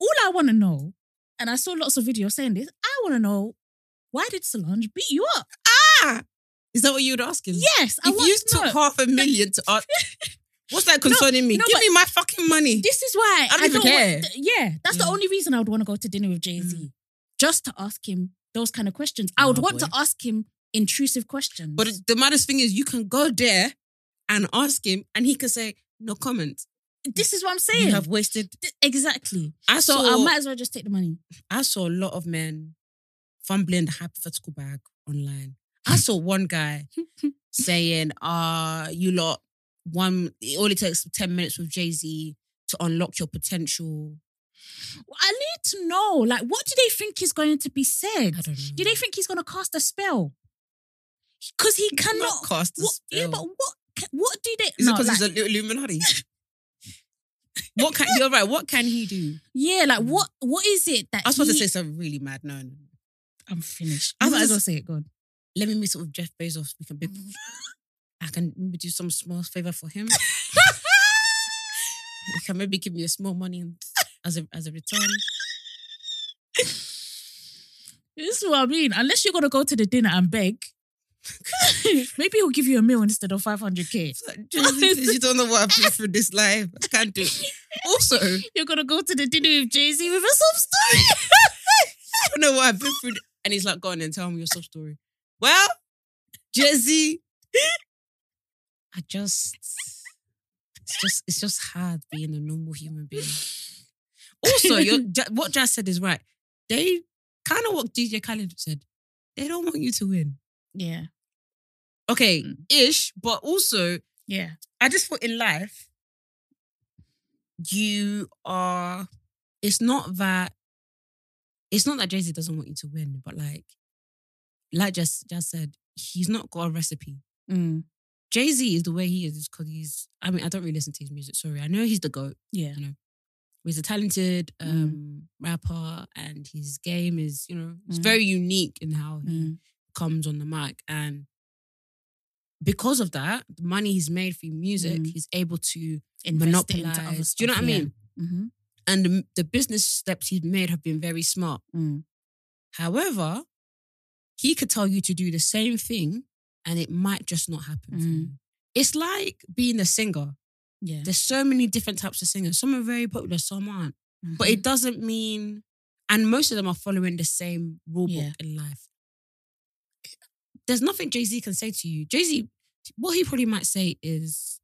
S2: All I want to know, and I saw lots of videos saying this, I want to know why did Solange beat you up?
S1: Ah, is that what you would ask him?
S2: Yes, I
S1: If
S2: want
S1: you
S2: to know.
S1: took half a million to ask, what's that concerning me?
S2: no,
S1: Give
S2: but-
S1: me my fucking money.
S2: This is why
S1: I don't even
S2: want-
S1: care. Mm.
S2: th- yeah, that's the
S1: Yeah.
S2: only reason I would want to go to dinner with Jay Z, just to ask him those kind of questions. I would
S1: Oh,
S2: want
S1: boy.
S2: to ask him intrusive questions.
S1: But the maddest thing is, you can go there and ask him, and he can say no comment.
S2: this is what I'm saying.
S1: You have wasted.
S2: Th- exactly.
S1: I
S2: So
S1: saw.
S2: I might as well just take the money.
S1: I saw a lot of men fumbling the hypothetical bag online. I
S2: Hmm.
S1: saw one guy saying, uh, you lot, one it only takes 10 minutes with Jay-Z to unlock your potential.
S2: I need to know, like, what do they think is going to be said?
S1: I don't know.
S2: Do they think he's going to cast a spell? because he cannot.
S1: Not cast a
S2: what, yeah,
S1: spell.
S2: but what? ca- What do they?
S1: Is
S2: no,
S1: it because
S2: like,
S1: he's an Illuminati? what can you're right? What can he do?
S2: yeah, like what? What is it that
S1: Mm. I was supposed
S2: he-
S1: to say something really mad. No, no.
S2: I'm finished.
S1: I
S2: I
S1: was
S2: might as
S1: just-
S2: well say it. God.
S1: Let me meet up with Jeff Bezos. We can be.
S2: Mm.
S1: I can maybe do some small favor for him. you can maybe give me a small money as a as a return.
S2: This is what I mean. Unless you're gonna go to the dinner and beg, maybe he'll give you a meal instead of 500k.
S1: you don't know what I've been through this life. I can't do. It. Also, I
S2: You're gonna go to the dinner with Jay Z with a sub story.
S1: don't know what I've been through. And he's like, "Go on and tell me your sub story." Well, Jesse, I just, it's just, it's just hard being a normal human being. Also, you're, Ja- what Jazz said is right. They kind of what DJ Khaled said. They don't want you to win.
S2: Yeah,
S1: Okay, ish, but also
S2: yeah.
S1: I just thought in life, you are. It's not that. It's not that Jay Z doesn't want you to win, but like, like just just said, he's not got a recipe.
S2: Mm,
S1: Jay Z is the way he is because he's. I mean, I don't really listen to his music. Sorry, I know he's the goat.
S2: yeah.
S1: He's a talented
S2: Mm.
S1: um, rapper, and his game is you know it's
S2: Mm.
S1: very unique in how he
S2: Mm,
S1: comes on the mic and. Because of that, the money he's made through music,
S2: Mm.
S1: he's able to
S2: invest it into other
S1: monopolize. Do you know
S2: stuff,
S1: what I
S2: yeah.
S1: mean?
S2: Mhm.
S1: And the, the business steps he's made have been very smart.
S2: Mm.
S1: However, he could tell you to do the same thing and it might just not happen. for
S2: Mm.
S1: you. It's like being a singer.
S2: Yeah.
S1: There's so many different types of singers. Some are very popular, some aren't. But
S2: Mhm.
S1: it doesn't mean, and most of them are following the same rule book
S2: Yeah.
S1: in life. There's nothing Jay Z can say to you. Jay Z, what he probably might say is,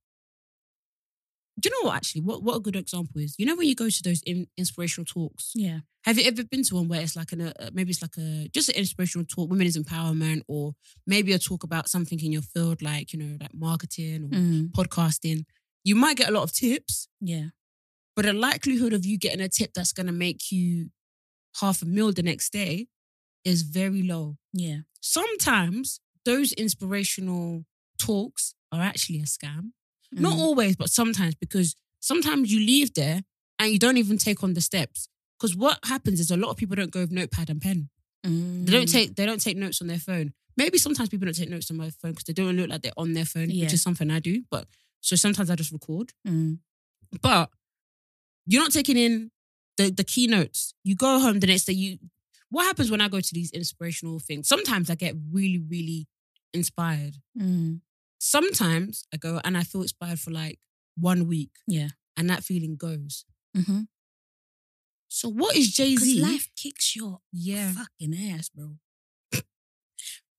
S1: do you know what? Actually, what what a good example is. You know when you go to those in, inspirational talks.
S2: yeah.
S1: Have you ever been to one where it's like an uh, maybe it's like a just an inspirational talk, women's empowerment, or maybe a talk about something in your field, like you know, like marketing or
S2: Mm,
S1: podcasting. You might get a lot of tips,
S2: yeah.
S1: but the likelihood of you getting a tip that's going to make you half a meal the next day is very low.
S2: Yeah.
S1: Sometimes those inspirational talks are actually a scam. Not
S2: Mm.
S1: always, but sometimes, because sometimes you leave there and you don't even take on the steps. Because what happens is a lot of people don't go with notepad and pen. They don't
S2: Mm.
S1: take they don't take notes on their phone. Maybe sometimes people don't take notes on my phone because they don't look like they're on their phone,
S2: Yeah.
S1: which is something I do. But so sometimes I just record
S2: Mm.
S1: but you're not taking in the, the keynotes. You go home the next day. You what happens when I go to these inspirational things? Sometimes I get really, really inspired.
S2: Mm.
S1: Sometimes I go and I feel inspired for like one week,
S2: Yeah.
S1: and that feeling goes.
S2: Mm-hmm.
S1: So what is Jay
S2: Because
S1: Z?
S2: life kicks your
S1: yeah,
S2: fucking ass, bro.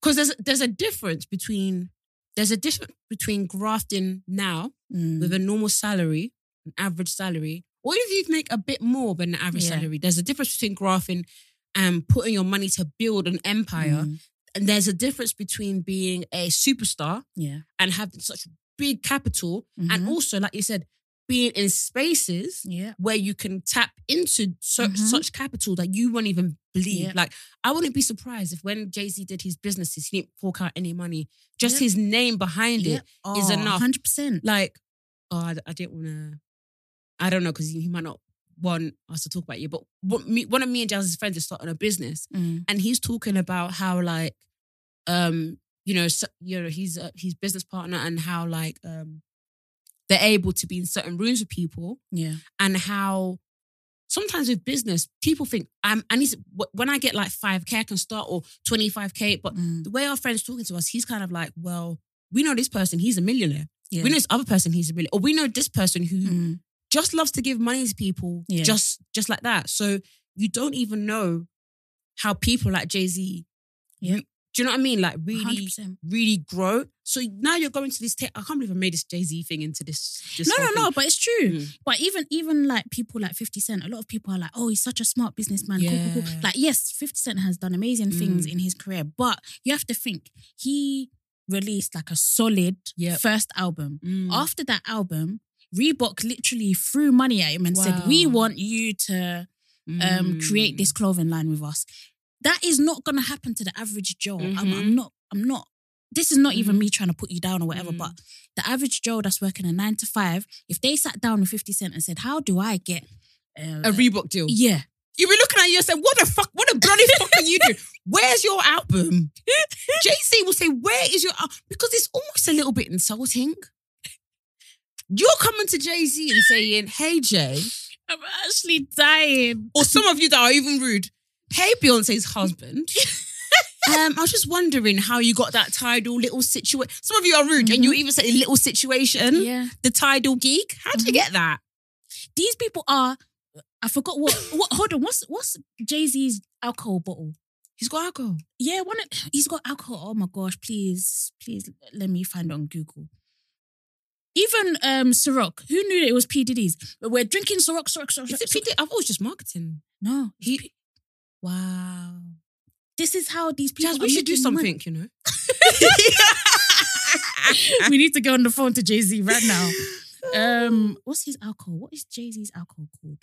S1: because there's there's a difference between there's a difference between grafting now
S2: Mm.
S1: with a normal salary, an average salary, or even if you make a bit more than an average
S2: Yeah.
S1: salary, there's a difference between grafting and putting your money to build an empire.
S2: Mm.
S1: And there's a difference between being a superstar
S2: Yeah.
S1: and having such big capital. And
S2: Mhm.
S1: also, like you said, being in spaces
S2: Yeah.
S1: where you can tap into such
S2: Mhm.
S1: such capital that you won't even believe.
S2: Yeah.
S1: Like I wouldn't be surprised if when Jay Z did his businesses, he didn't fork out any money. Just
S2: Yep.
S1: his name behind it
S2: yeah. Oh,
S1: is enough.
S2: Hundred percent.
S1: like, oh, I, I didn't want to. I don't know because he might not want us to talk about you. But what me, one of me and Jazz's friends is starting a business,
S2: Mm.
S1: and he's talking about how like, um, you know, so, you know, he's uh, his business partner, and how like, um, they're able to be in certain rooms with people,
S2: Yeah.
S1: and how. Sometimes with business, people think I'm, I need to, wh- when I get like 5K, I can start or 25K. But
S2: Mm.
S1: the way our friend's talking to us, he's kind of like, well, we know this person, he's a millionaire.
S2: Yeah.
S1: We know this other person who's a really, or we know this person who
S2: Mm.
S1: just loves to give money to people,
S2: Yeah.
S1: just just like that. So you don't even know how people like Jay Z,
S2: Yeah.
S1: do you know what I mean? Like really,
S2: 100%.
S1: really grow. So now you're going to this. ta- I can't believe I made this Jay Z thing into this. this
S2: No,
S1: whole
S2: no,
S1: thing.
S2: no, but it's true.
S1: Mm.
S2: But even even like people like 50 Cent, a lot of people are like, oh, he's such a smart businessman. Cool, cool,
S1: Yeah.
S2: cool. Like, yes, 50 Cent has done amazing things
S1: Mm.
S2: in his career, but you have to think he released like a solid
S1: Yep.
S2: first album.
S1: Mm.
S2: After that album, Reebok literally threw money at him and said, We
S1: Wow.
S2: want you to um,
S1: mm.
S2: create
S1: Mm-hmm.
S2: this clothing line with us. That is not gonna happen to the average Joe. I'm, I'm not, I'm not this is not even
S1: Mhm.
S2: me trying to put you down or whatever,
S1: Mm.
S2: but the average Joe that's working a nine to five, if they sat down with 50 Cent and said, How do I get uh,
S1: A Reebok deal.
S2: Yeah.
S1: You'll be looking at you and say, What the fuck? What the bloody fuck are you doing? Where's your album? JC will say, Where is your al-" Because it's almost a little bit insulting. You're coming to Jay Z and saying, Hey, Jay,
S2: I'm actually dying.
S1: or some of you that are even rude, Hey, Beyonce's husband. Um, I was just wondering how you got that tidal little situation. Some of you are rude, and you even say little situation.
S2: Mm-hmm. Yeah. Mm-hmm.
S1: The tidal geek. How did you get that?
S2: These people are, I forgot what, what hold on, what's what's Jay Z's alcohol bottle?
S1: He's got alcohol.
S2: Yeah, one of, he's got alcohol. Oh my gosh, please, please let me find it on Google. Even um Ciroc, who knew that it was P. Diddy's? But we're drinking Ciroc, Ciroc,
S1: Is
S2: Ciroc. Ciroc,
S1: it PD? I've always just marketing.
S2: No.
S1: He-
S2: P- wow. This is how these people
S1: Jazz,
S2: are
S1: we should do
S2: making money.
S1: something, you know.
S2: we need to go on the phone to Jay Z right now. Um, what's his alcohol? What is Jay Z's alcohol called?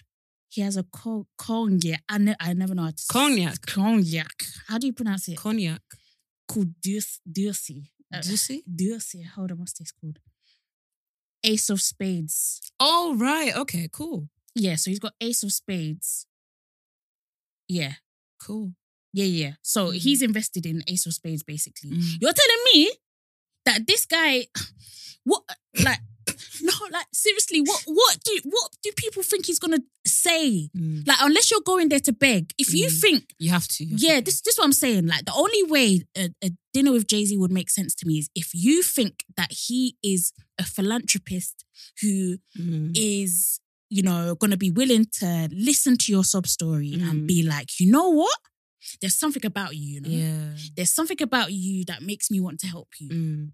S2: He has a co- cognac. I, ne- I never know how to s-
S1: Cognac.
S2: Cognac. How do you pronounce it?
S1: Cognac.
S2: Called Durs- Dursi. Uh,
S1: Dursi?
S2: Dursi. Hold on, what's this called? Ace of Spades.
S1: Oh, right. Okay, cool.
S2: Yeah, so he's got Ace of Spades. Yeah,
S1: Cool.
S2: yeah, yeah. So
S1: Mhm.
S2: he's invested in Ace of Spades basically.
S1: Hmm.
S2: You're telling me that this guy, what, like, no, like, seriously, what, what do, what do people think he's gonna say?
S1: Mm.
S2: Like, unless you're going there to beg, if you
S1: Mm.
S2: think,
S1: You have to. you have to
S2: yeah,
S1: do
S2: this, this is what I'm saying. Like, the only way a, a dinner with Jay Z would make sense to me is if you think that he is a philanthropist who
S1: it. Mm.
S2: is, you know, gonna be willing to listen to your sob story and
S1: Mm.
S2: be like, you know what, there's something about you, you know,
S1: Yeah.
S2: there's something about you that makes me want to help you.
S1: Mm.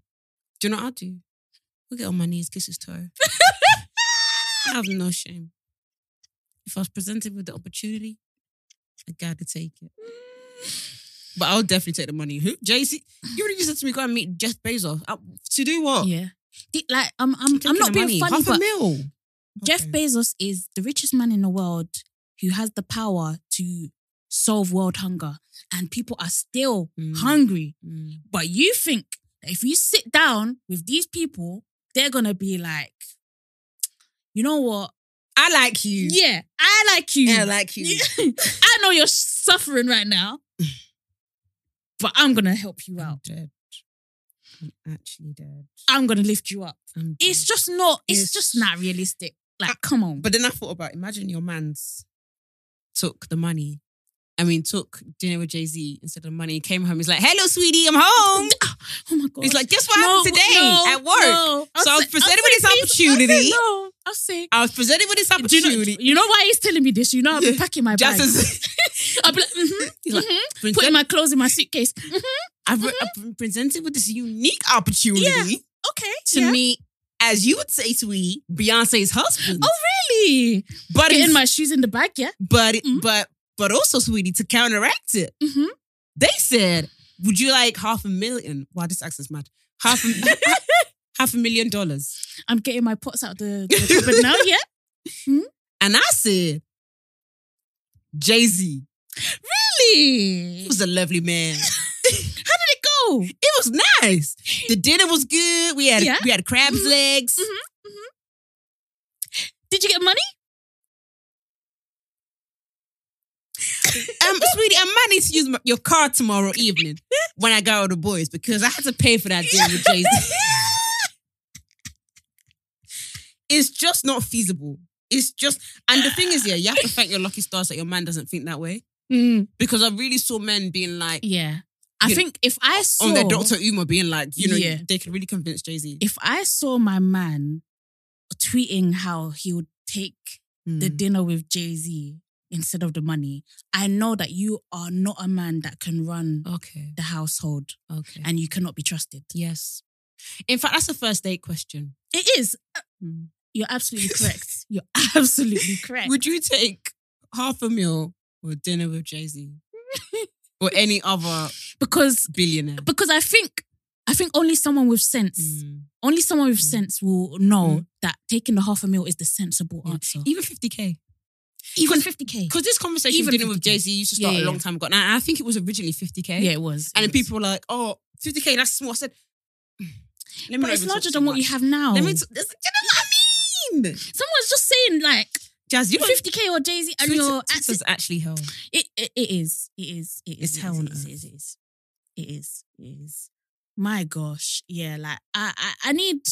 S1: Do you know what I'll do? We'll get on my knees, kiss his toe. I have no shame. If I was presented with the opportunity, I gotta take it. But I'll definitely take the money. Who? JC, you already said to me, go and meet Jeff Bezos. Uh, to do what?
S2: Yeah. The- like I'm I'm
S1: Taking
S2: I'm not
S1: the
S2: being
S1: money.
S2: funny,
S1: Half a
S2: but
S1: mil.
S2: Jeff
S1: Okay.
S2: Bezos is the richest man in the world who has the power to solve world hunger. And people are still
S1: Mm.
S2: hungry.
S1: Mm.
S2: But you think that if you sit down with these people, they're gonna be like, you know what?
S1: I like you.
S2: Yeah, I like you.
S1: Yeah, I like you.
S2: I know you're suffering right now, but I'm gonna help you out.
S1: I'm dead. I'm actually dead.
S2: I'm gonna lift you up.
S1: I'm
S2: It's
S1: dead.
S2: just not. It's,
S1: It's-
S2: just not realistic. Like, come on.
S1: But then I thought about it. imagine your man's took the money. I mean, took dinner with Jay Z instead of money. Came home. He's like, "Hello, sweetie, I'm home."
S2: Oh my god.
S1: He's like, "Guess what happened today at work?" So I was presented with this opportunity.
S2: No, I'll say.
S1: I was presented with this
S2: Do you,
S1: opportunity.
S2: know, you know why he's telling me this? You know, I'll be packing my
S1: Just
S2: bag.
S1: as
S2: I'll be like, mm-hmm,
S1: He's like,
S2: hmm putting my clothes in my suitcase.
S1: Mm-hmm.
S2: hmm
S1: I've, re- I've been presented with this unique opportunity
S2: Mm-hmm. Yeah, Okay.
S1: to
S2: yeah.
S1: meet, as you would say, sweetie, Beyonce's husband.
S2: Oh, really?
S1: but
S2: Getting
S1: in-
S2: my shoes in the bag, yeah?
S1: but it-
S2: Mhm.
S1: but but also, sweetie, to counteract it,
S2: Mm-hmm.
S1: they said, "Would you like half a million? Wow, this accent's mad. Half a, half a million dollars."
S2: I'm getting my pots out the, the cupboard now, yeah?
S1: And I said, "Jay Z,
S2: Really?
S1: he was a lovely man.
S2: How did it go?
S1: It was nice. The dinner was good. We had
S2: Yeah.
S1: we had crab's
S2: Mhm.
S1: legs.
S2: Mhm. Did you get money?
S1: Um, sweetie, I might need to use my, your car tomorrow evening when I got all the boys because I had to pay for that dinner with Jay Z. It's just not feasible. It's just, and the thing is, yeah, you have to thank your lucky stars that your man doesn't think that way.
S2: Mm,
S1: Because I really saw men being like,
S2: yeah. I
S1: You know,
S2: think if I saw
S1: on their Dr. Uma being like, you know,
S2: Yeah.
S1: they could really convince Jay Z.
S2: if I saw my man tweeting how he would take
S1: Mm.
S2: the dinner with Jay Z instead of the money, I know that you are not a man that can run
S1: Okay.
S2: the household
S1: Okay.
S2: and you cannot be trusted.
S1: yes. In fact, that's the first date question.
S2: It is. Uh, You're absolutely correct. You're absolutely correct.
S1: Mm. Would you take half a meal or dinner with Jay Z or any other
S2: because
S1: billionaire?
S2: because I think I think only someone with sense,
S1: Mm.
S2: only someone with
S1: Mm.
S2: sense will know that taking the half a meal is the sensible
S1: Yeah.
S2: answer. E-,
S1: Even 50K.
S2: Even 50k.
S1: Because this conversation
S2: Even
S1: dinner with
S2: 50K.
S1: Jay Z used to start
S2: Yeah, yeah,
S1: a long
S2: yeah.
S1: time ago. And I think it was originally 50K.
S2: Yeah, it was.
S1: And then
S2: it was.
S1: people were like, oh, 50k, that's small. I said, "Mm, let me
S2: But it's
S1: even talk
S2: larger
S1: too
S2: than what you
S1: much."
S2: have now.
S1: Let me t- this- you know what I mean?
S2: Someone's just saying like
S1: Jazz, you got
S2: 50k or Daisy and
S1: Twitter-
S2: you're
S1: Twitter's
S2: access-
S1: actually hell.
S2: it, it, it is. It is. It is.
S1: It's
S2: it
S1: hell
S2: is,
S1: on
S2: it is,
S1: earth.
S2: It is. It is. It is. My gosh. Yeah. Like I, I, I need.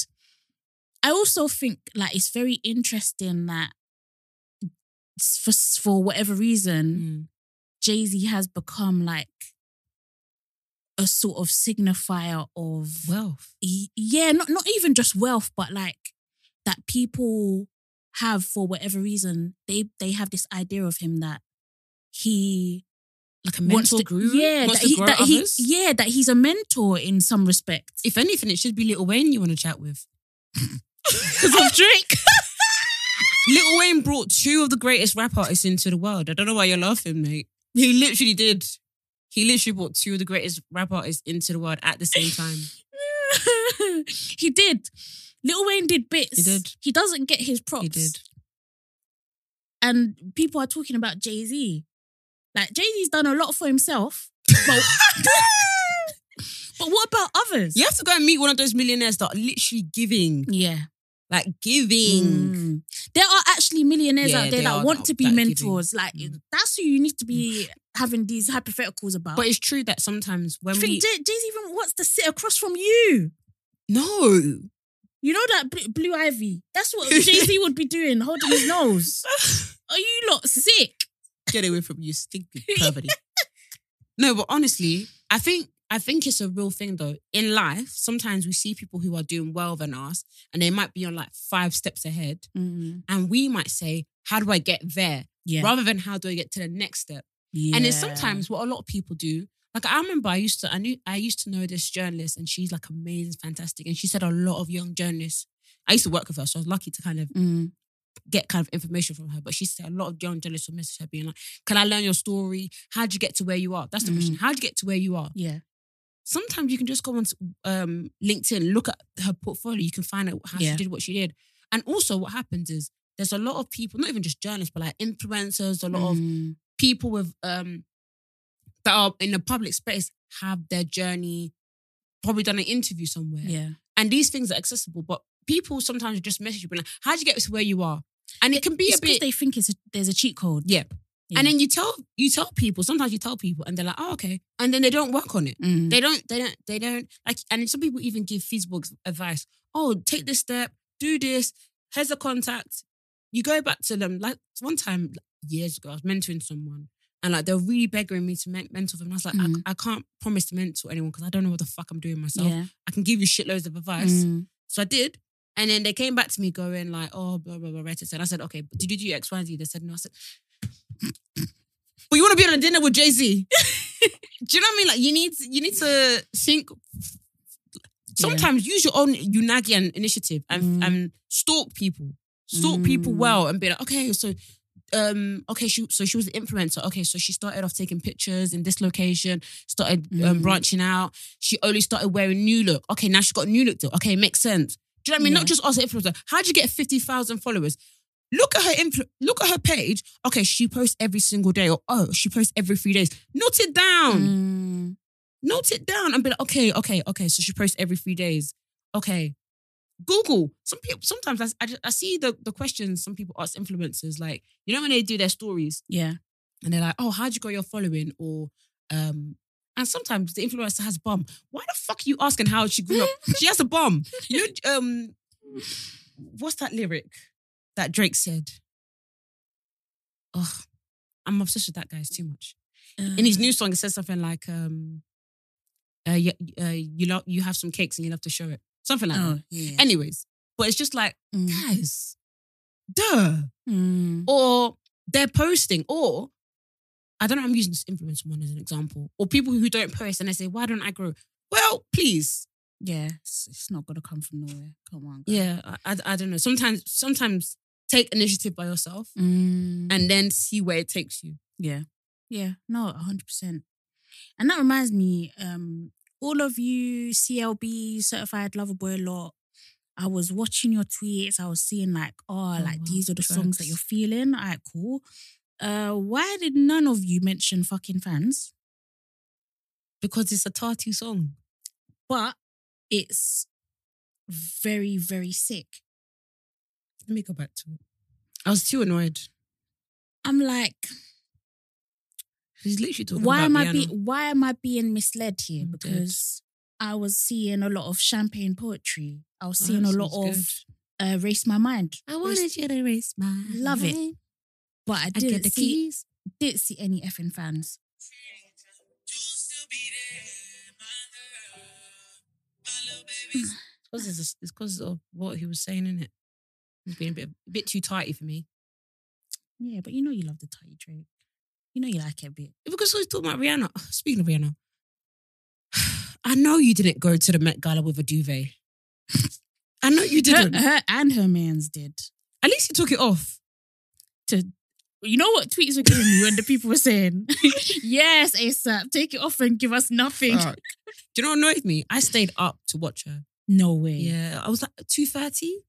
S2: I also think like it's very interesting that s- for s- for whatever reason
S1: Hmm.
S2: Jay Z has become like a sort of signifier of
S1: Wealth.
S2: y- yeah, not not even just wealth, but like that people have for whatever reason they they have this idea of him that he
S1: Like a
S2: wants
S1: mental
S2: to,
S1: guru.
S2: yeah,
S1: wants
S2: that
S1: to
S2: he,
S1: grow
S2: that he,
S1: others.
S2: yeah, that he's a mentor in some respect.
S1: If anything, it should be Little Wayne you want to chat with. Because of Drake. Little Wayne brought two of the greatest rap artists into the world. I don't know why you're laughing, mate. He literally did. He literally brought two of the greatest rap artists into the world at the same time.
S2: he did. Little Wayne did bits.
S1: He did.
S2: He doesn't get his props.
S1: He did.
S2: And people are talking about Jay Z. Like Jay Z's done a lot for himself, but but what about others?
S1: You have to go and meet one of those millionaires that are literally giving,
S2: Yeah.
S1: like giving.
S2: Mm. There are actually millionaires
S1: Yeah,
S2: out there
S1: they
S2: that
S1: are
S2: want
S1: that-
S2: to be
S1: that giving.
S2: mentors. Like
S1: Mm.
S2: that's who you need to be having these hypotheticals about.
S1: But it's true that sometimes when
S2: I
S1: we
S2: think Jay Z even wants to sit across from you.
S1: no,
S2: You know that bl- Blue Ivy. That's what Jay Z would be doing, holding his nose. Are you lot sick?
S1: get away from you, stinky poverty. no, but honestly, I think I think it's a real thing though. In life, sometimes we see people who are doing well than us, and they might be on like five steps ahead, and we might say, "How do I get there?"
S2: Yeah.
S1: Rather than how do I get to the next step? And it's sometimes what a lot of people do. Like I remember, I used to, I knew, I used to know this journalist, and she's like amazing, fantastic, and she said a lot of young journalists. I used to work with her, so I was lucky to kind of
S2: Mm.
S1: get kind of information from her. But she said a lot of young journalists would message her being like, "Can I learn your story? How'd you get to where you are?" That's the
S2: Mhm.
S1: question. How'd you get to where you are?
S2: Yeah.
S1: Sometimes you can just go on um, LinkedIn, look at her portfolio, you can find out how
S2: Yeah.
S1: she did what she did. And also, what happens is there's a lot of people, not even just journalists, but like influencers, a lot of
S2: Mm.
S1: people with um that are in the public space have their journey probably done an interview somewhere
S2: Yeah.
S1: and these things are accessible but people sometimes just message you being like how do you get to where you are and it can be
S2: It's
S1: a bit
S2: because they think it's a, there's a cheat code.
S1: yeah.
S2: Yeah.
S1: and then you tell you tell people sometimes you tell people and they're like oh okay and then they don't work on it
S2: Mm.
S1: they don't they don't they don't like and some people even give feasible advice oh take this step do this here's the contact you go back to them like one time like, years ago i was mentoring someone and like they're really begging me to men- mentor them and i was like
S2: Mhm.
S1: I, I can't promise to mentor anyone because i don't know what the fuck i'm doing myself
S2: Yeah.
S1: i can give you shitloads of advice
S2: Mm.
S1: so I did. And then they came back to me going like, oh, blah, blah, blah, right. And I said, okay, but did you do X, Y, and Z? They said, no. I said, but you want to be on a dinner with Jay-Z? do you know what I mean? Like you need, you need to think, sometimes use your own Unagi and initiative and,
S2: Mm.
S1: and stalk people. Stalk people
S2: Mm.
S1: well and be like, okay, so um okay she so she was an influencer okay so she started off taking pictures in this location started um,
S2: Mhm.
S1: branching out she only started wearing new look okay now she's got a new look deal okay it makes sense do you know what i mean
S2: Yeah.
S1: not just us an influencer how'd you get 50,000 followers look at her influ- look at her page okay she posts every single day or oh she posts every three days note it down
S2: Mm.
S1: um, note it down and be like, okay, okay, okay. So she posts every three days. Okay. Google. Some people sometimes I, I, just- I see the, the questions some people ask influencers, like, you know, when they do their stories
S2: Yeah.
S1: and they're like, oh, how'd you grow your following? Or um, and sometimes the influencer has bum. Why the fuck are you asking how she grew up? she has a bum. You know, um what's that lyric that Drake said? Oh, I'm obsessed with that guy, it's too much
S2: Mm.
S1: in
S2: Oh, Mm-hmm.
S1: his new song, it says something like, um, uh, you, uh, you, lo- you have some cakes and you love to show it. Something like
S2: Oh,
S1: that.
S2: yeah.
S1: Anyways, but it's just like,
S2: Mm.
S1: guys, duh.
S2: Mm.
S1: Or they're posting, or I don't know, I'm using this influencer one as an example, or people who don't post and they say, why don't I grow? Well, please.
S2: Yeah. It's, it's not gonna come from nowhere. Come on. Guys.
S1: Yeah, I, I, I don't know. Sometimes, sometimes take initiative by yourself
S2: Mm.
S1: and then see where it takes you.
S2: Yeah. Yeah. No, hundred percent. And that reminds me, um, all of you CLB certified lover boy lot, I was watching your tweets. I was seeing like, oh,
S1: Oh,
S2: like
S1: wow,
S2: these are the songs that
S1: drugs.
S2: you're feeling. All right, cool. Uh, why did none of you mention fucking fans?
S1: Because it's a Tati song.
S2: but it's very, very sick.
S1: Let me go back to it. I was too annoyed.
S2: I'm like,
S1: He's literally talking
S2: why
S1: about Mm,
S2: am I be,
S1: Rihanna.
S2: why am I being misled here?
S1: I'm dead.
S2: Because I was seeing a lot of champagne poetry. I was
S1: Oh,
S2: seeing
S1: that
S2: a lot
S1: sounds
S2: of
S1: good.
S2: uh, race my mind.
S3: I wanted you to race my
S2: Love it.
S3: mind.
S2: but I
S3: I get
S2: didn't
S3: the
S2: see
S3: keys.
S2: didn't see any effing fans.
S1: It's 'cause it's it's because of what he was saying in it. He's being a bit, a bit too tighty for me.
S2: Yeah, but you know you love the tight Drake. You know you like it a bit.
S1: Because he's talking about Rihanna. Speaking of Rihanna, I know you didn't go to the Met Gala with a duvet. I know you
S2: Her,
S1: didn't.
S2: her and her man's did.
S1: At least you took it off.
S2: To you know what tweets were giving me when the people were saying, "Yes, ASAP, take it off and give us nothing."
S1: Fuck. Do you know what annoyed me? I stayed up to watch her.
S2: No way.
S1: Yeah, I was like two thirty.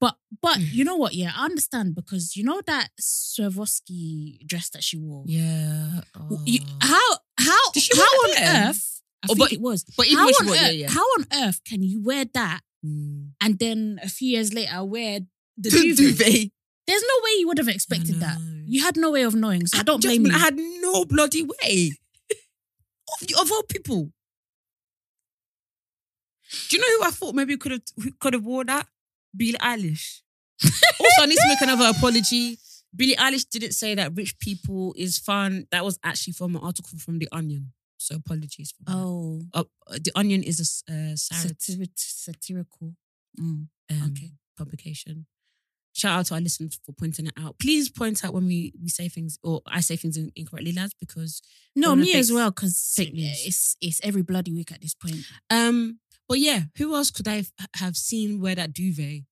S2: But but
S1: Mm.
S2: you know what? Yeah, I understand because you know that Swarovski dress that she wore.
S1: Yeah.
S2: You- how how
S1: Did she
S2: how
S1: wear
S2: on
S1: that then?
S2: earth? Oh. I
S1: Oh,
S2: think
S1: but-
S2: it was.
S1: but even
S2: how
S1: when she
S2: on
S1: wore it,
S2: earth,
S1: yeah, yeah.
S2: how on earth can you wear that
S1: Mm.
S2: and then a few years later wear the
S1: The
S2: duvet? There's no way you would have expected that.
S1: know.
S2: You had no way of knowing, so I don't blame
S1: Jasmine,
S2: you.
S1: I had no bloody way. of, of all people. Do you know who I thought maybe could have who could have wore that? Billie Eilish. also, I need to make another apology. Billie Eilish didn't say that rich people is fun. That was actually from an article from The Onion. So apologies. For that.
S2: oh,
S1: Uh, the Onion is a s- uh, satir-
S2: satir- satirical. Mm.
S1: um,
S2: okay.
S1: publication. Shout out to our listeners for pointing it out. Please point out when we, we say things or I say things in- incorrectly, lads, because
S2: No,
S1: Wanna
S2: me as
S1: fix
S2: well, because
S1: fake news.
S2: it's it's every bloody week at this point.
S1: Um, but yeah, who else could I have- have seen wear that duvet?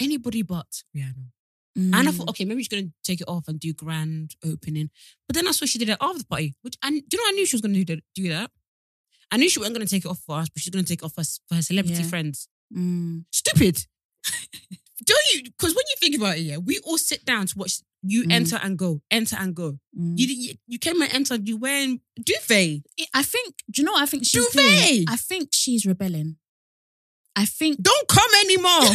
S1: Anybody but Rihanna. And I
S2: Mm.
S1: thought, okay, maybe she's gonna take it off and do grand opening. But then I saw she did it after the party, which and do you know I knew she was gonna do that. Do that. I knew she wasn't gonna take it off for us, but she's gonna take it off for, us- for her celebrity
S2: Yeah.
S1: friends.
S2: Mm.
S1: Stupid. Don't you? Because when you think about it, yeah, we all sit down to watch you
S2: Mm.
S1: enter and go, enter and go.
S2: Mm.
S1: You, you you came and entered. You wearing duvet.
S2: I think. Do you know? What I think she's doing.
S1: Duvet!
S2: I think she's rebelling. I think.
S1: don't come anymore.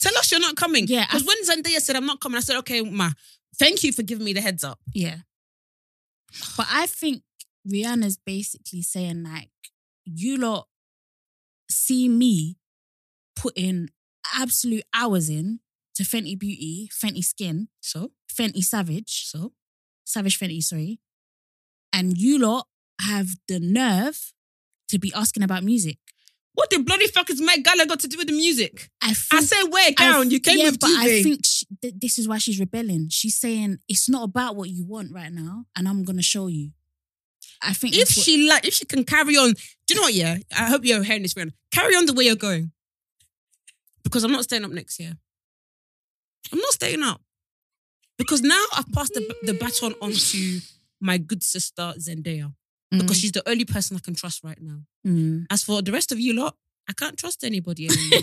S1: Tell us you're not coming.
S2: Yeah,
S1: Because when Zendaya said I'm not coming, I said, okay, ma, thank you for giving me the heads up.
S2: Yeah. But I think Rihanna's basically saying like, you lot see me putting absolute hours in to Fenty Beauty, Fenty Skin,
S1: So,
S2: Fenty Savage,
S1: so
S2: Savage Fenty, sorry. And you lot have the nerve to be asking about music.
S1: what the bloody fuck has Meg Gala got to do with the music?
S2: I
S1: I
S2: think
S1: said wear a
S2: I
S1: gown.
S2: th-
S1: you came
S2: yeah,
S1: with
S2: but I
S1: duvet.
S2: think she, th- this is why she's rebelling. She's saying it's not about what you want right now, and I'm gonna show you. I think
S1: if
S2: that's what-
S1: she like, if she can carry on, do you know what? Yeah, I hope you're hearing this. Rihanna. Carry on the way you're going, because I'm not staying up next year. I'm not staying up because now I've passed the, the baton on to my good sister Zendaya because she's the only person I can trust right now.
S2: Mm.
S1: As for the rest of you lot, I can't trust anybody anymore.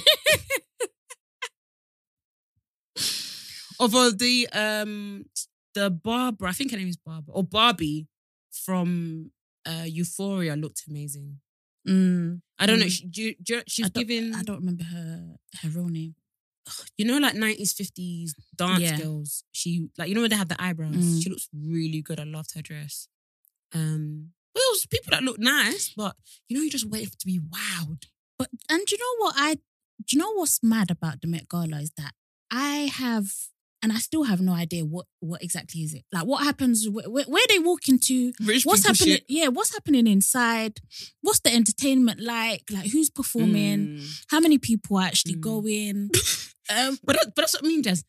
S1: Although the um the Barbara, I think her name is Barbara or Barbie from uh, Euphoria looked amazing.
S2: Mm.
S1: I don't know.
S2: Mm.
S1: She, do, do, she's
S2: I don't-
S1: giving
S2: I don't remember her her real name.
S1: you know like nineties, fifties dance
S2: Yeah.
S1: girls. She like you know when they have the eyebrows.
S2: Mm.
S1: She looks really good. I loved her dress. Um, well, it was people that look nice, but you know you just wait to be wowed.
S2: But and do you know what I do you know what's mad about the Met Gala is that I have and I still have no idea what what exactly is it like what happens where, where they walk into
S1: Rich
S2: what's
S1: people
S2: happening
S1: shit.
S2: yeah what's happening inside what's the entertainment like like who's performing
S1: Mm.
S2: how many people are actually
S1: Mm.
S2: going
S1: Um, but that, but that's what I mean, Jazz.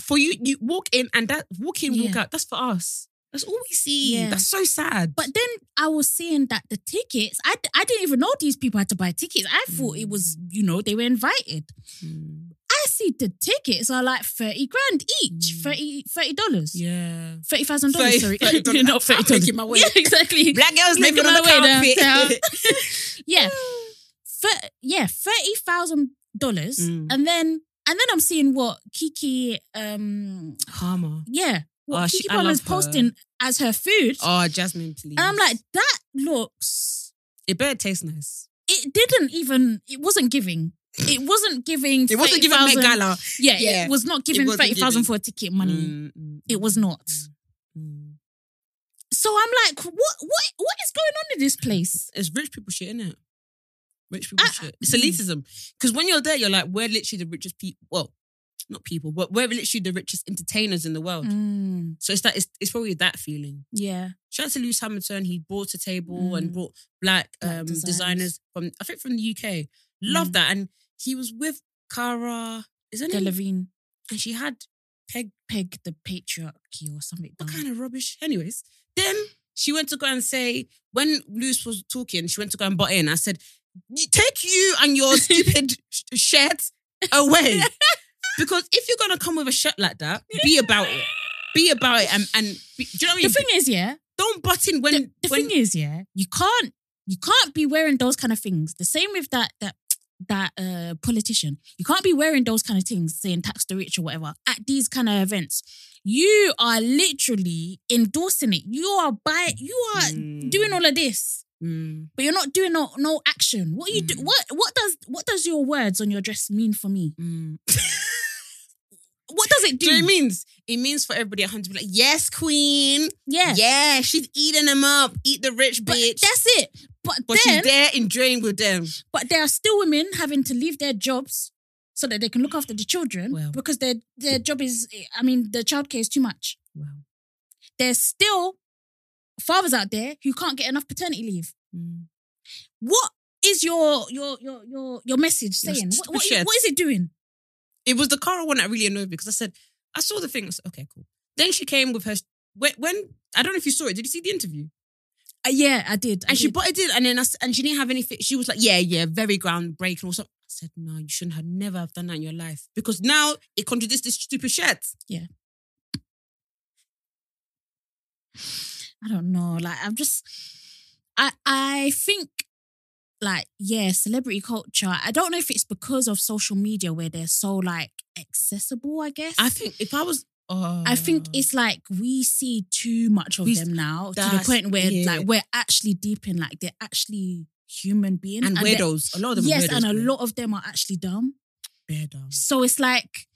S1: For you, you walk in and that walk in, walk
S2: Yeah.
S1: out. That's for us. That's all we see.
S2: Yeah.
S1: That's so sad.
S2: But then I was seeing that the tickets, I, I didn't even know these people had to buy tickets. I thought it was,
S1: Mm.
S2: you know, they were invited. I see the tickets are like 30 grand each,
S1: Mm.
S2: 30 $30.
S1: yeah,
S2: $30,000,
S1: Thirty-
S2: sorry.
S1: thirty dollars.
S2: Not
S1: I'm
S2: $30.
S1: making my way.
S2: Yeah, exactly.
S1: black girls
S2: Making
S1: living on
S2: my
S1: the
S2: way
S1: carpet.
S2: yeah. Thir- yeah, $30,000. dollars
S1: Mm.
S2: And then and then I'm seeing what Kiki um
S1: Karma.
S2: yeah, what
S1: Oh, she-
S2: Kiki
S1: I
S2: Palmer's
S1: love her.
S2: posting as her food.
S1: Oh, Jasmine, please.
S2: And I'm like, that looks
S1: It better taste nice.
S2: It didn't even. It wasn't giving. It wasn't giving.
S1: It wasn't giving Met
S2: 30,000
S1: Gala.
S2: Yeah,
S1: Yeah.
S2: it was not giving
S1: wasn't
S2: thirty thousand
S1: giving.
S2: for a ticket money.
S1: Mm, mm,
S2: It was not.
S1: mm.
S2: So I'm like, what, what, what is going on in this place?
S1: It's rich people shit, isn't it? Rich people
S2: I-
S1: shit. It's elitism. Because when you're there, you're like, we're literally the richest people. Well, not people, but we're literally the richest entertainers in the world.
S2: Mm,
S1: So it's that. It's, it's probably that feeling.
S2: yeah,
S1: Shout out to Lewis Hamilton. He bought a table
S2: Mm.
S1: and brought black,
S2: Black
S1: um,
S2: designers.
S1: designers. from I think from the UK. Love
S2: Mm.
S1: that. And he was with Cara. Is her name?
S2: Delavine
S1: And she had Peg.
S2: peg the patriarchy or something.
S1: What
S2: dumb.
S1: kind of rubbish? Anyways, then she went to go and say when Lewis was talking, she went to go and butt in. I said, "You- "Take you and your stupid sh- shirt away." Because if you're gonna come with a shirt like that, be about it. Be about it, and and be, do you know what I
S2: the
S1: mean?
S2: thing is, yeah.
S1: Don't butt in when
S2: the the
S1: when,
S2: thing is, yeah, you can't you can't be wearing those kind of things. The same with that that that uh politician. You can't be wearing those kind of things, saying tax the rich or whatever, at these kind of events. You are literally endorsing it. You are by you are
S1: Mm.
S2: doing all of this,
S1: Mm.
S2: but you're not doing no, no action. What you do
S1: Mm.
S2: what what does what does your words on your dress mean for me? What does it
S1: Do
S2: do?
S1: you know what it means? It means for everybody at home to be like, yes, queen.
S2: Yeah.
S1: Yeah, she's eating them up. Eat the rich
S2: But
S1: bitch.
S2: that's it. But,
S1: but
S2: then
S1: she's there enjoying with them.
S2: But there are still women having to leave their jobs so that they can look after the children
S1: Well.
S2: because their their job is, I mean, the childcare is too much.
S1: Wow.
S2: There's still fathers out there who can't get enough paternity leave.
S1: Mm.
S2: What is your your your your your message
S1: Your
S2: saying? What,
S1: stupid
S2: what,
S1: shit.
S2: what is it doing?
S1: It was the Cara one that really annoyed me because I said, I saw the thing. I said, okay, cool. Then she came with her. When, when I don't know if you saw it. Did you see the interview?
S2: Uh, yeah, I did. I
S1: And she
S2: did.
S1: butted in, and then I s and she didn't have anything. She was like, "Yeah, yeah, very groundbreaking." Or something. I said, "No, you shouldn't have never have done that in your life because now it contradicts this stupid shirt."
S2: I don't know. Like I'm just I I think like yeah, celebrity culture. I don't know if it's because of social media where they're so like accessible, I guess.
S1: I think if I was, oh,
S2: I think it's like we see too much of
S1: We-
S2: them now to the
S1: that's
S2: point where
S1: it.
S2: like we're actually deep in like they're actually human beings
S1: and
S2: they're-
S1: weirdos. A lot of them,
S2: yes,
S1: weirdos,
S2: and a
S1: bro.
S2: lot of them are actually dumb.
S1: weirdos.
S2: So it's like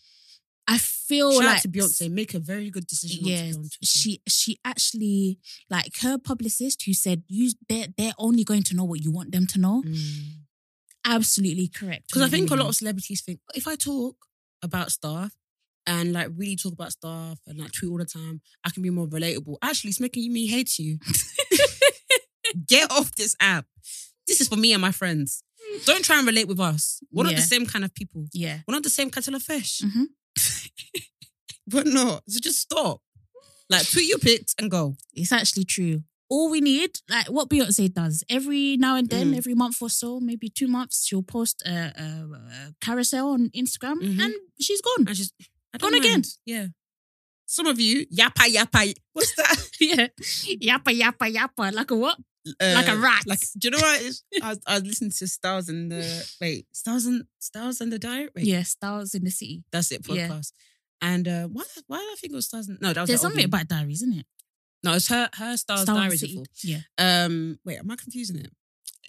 S2: I feel
S1: Shout
S2: like
S1: out to Beyonce, make a very good decision. not to
S2: Yeah,
S1: be on Twitter.
S2: she she actually like her publicist who said you they're they're only going to know what you want them to know.
S1: Because
S2: Absolutely correct.
S1: Mm. I think a lot
S2: really.
S1: of celebrities think if I talk about stuff and like really talk about stuff and like tweet all the time, I can be more relatable. Actually, it's making me hate you. Get off this app. This is for me and my friends. Don't try and relate with us. We're not
S2: Yeah.
S1: the same kind of people.
S2: yeah.
S1: We're not the same kettle of fish.
S2: Mhm.
S1: We're not. So just stop. Like tweet your pics and go.
S2: It's actually true. All we need, like what Beyonce does, every now and then,
S1: Mm.
S2: every month or so, maybe two months, she'll post a, a, a carousel on Instagram,
S1: Mhm.
S2: and she's gone.
S1: And just I
S2: Gone
S1: don't
S2: again.
S1: mind. Yeah. Some of you yappa yappa. What's that?
S2: yeah, yappa yappa yappa, like a what? Like a
S1: uh,
S2: rat.
S1: Like do you know what? It's- I was, I was listening to Stars and the wait Stars and Stars and the Diary. Wait,
S2: Yeah, stars in the city.
S1: that's it
S2: Yeah.
S1: podcast. And uh, why why did I think it was Stars? And, no, that was
S2: There's
S1: the old
S2: something
S1: one.
S2: about diaries, isn't it?
S1: no, it's her her Stars
S2: Star in the
S1: Diaries.
S2: City.
S1: before.
S2: Yeah,
S1: Um, wait, am I confusing it?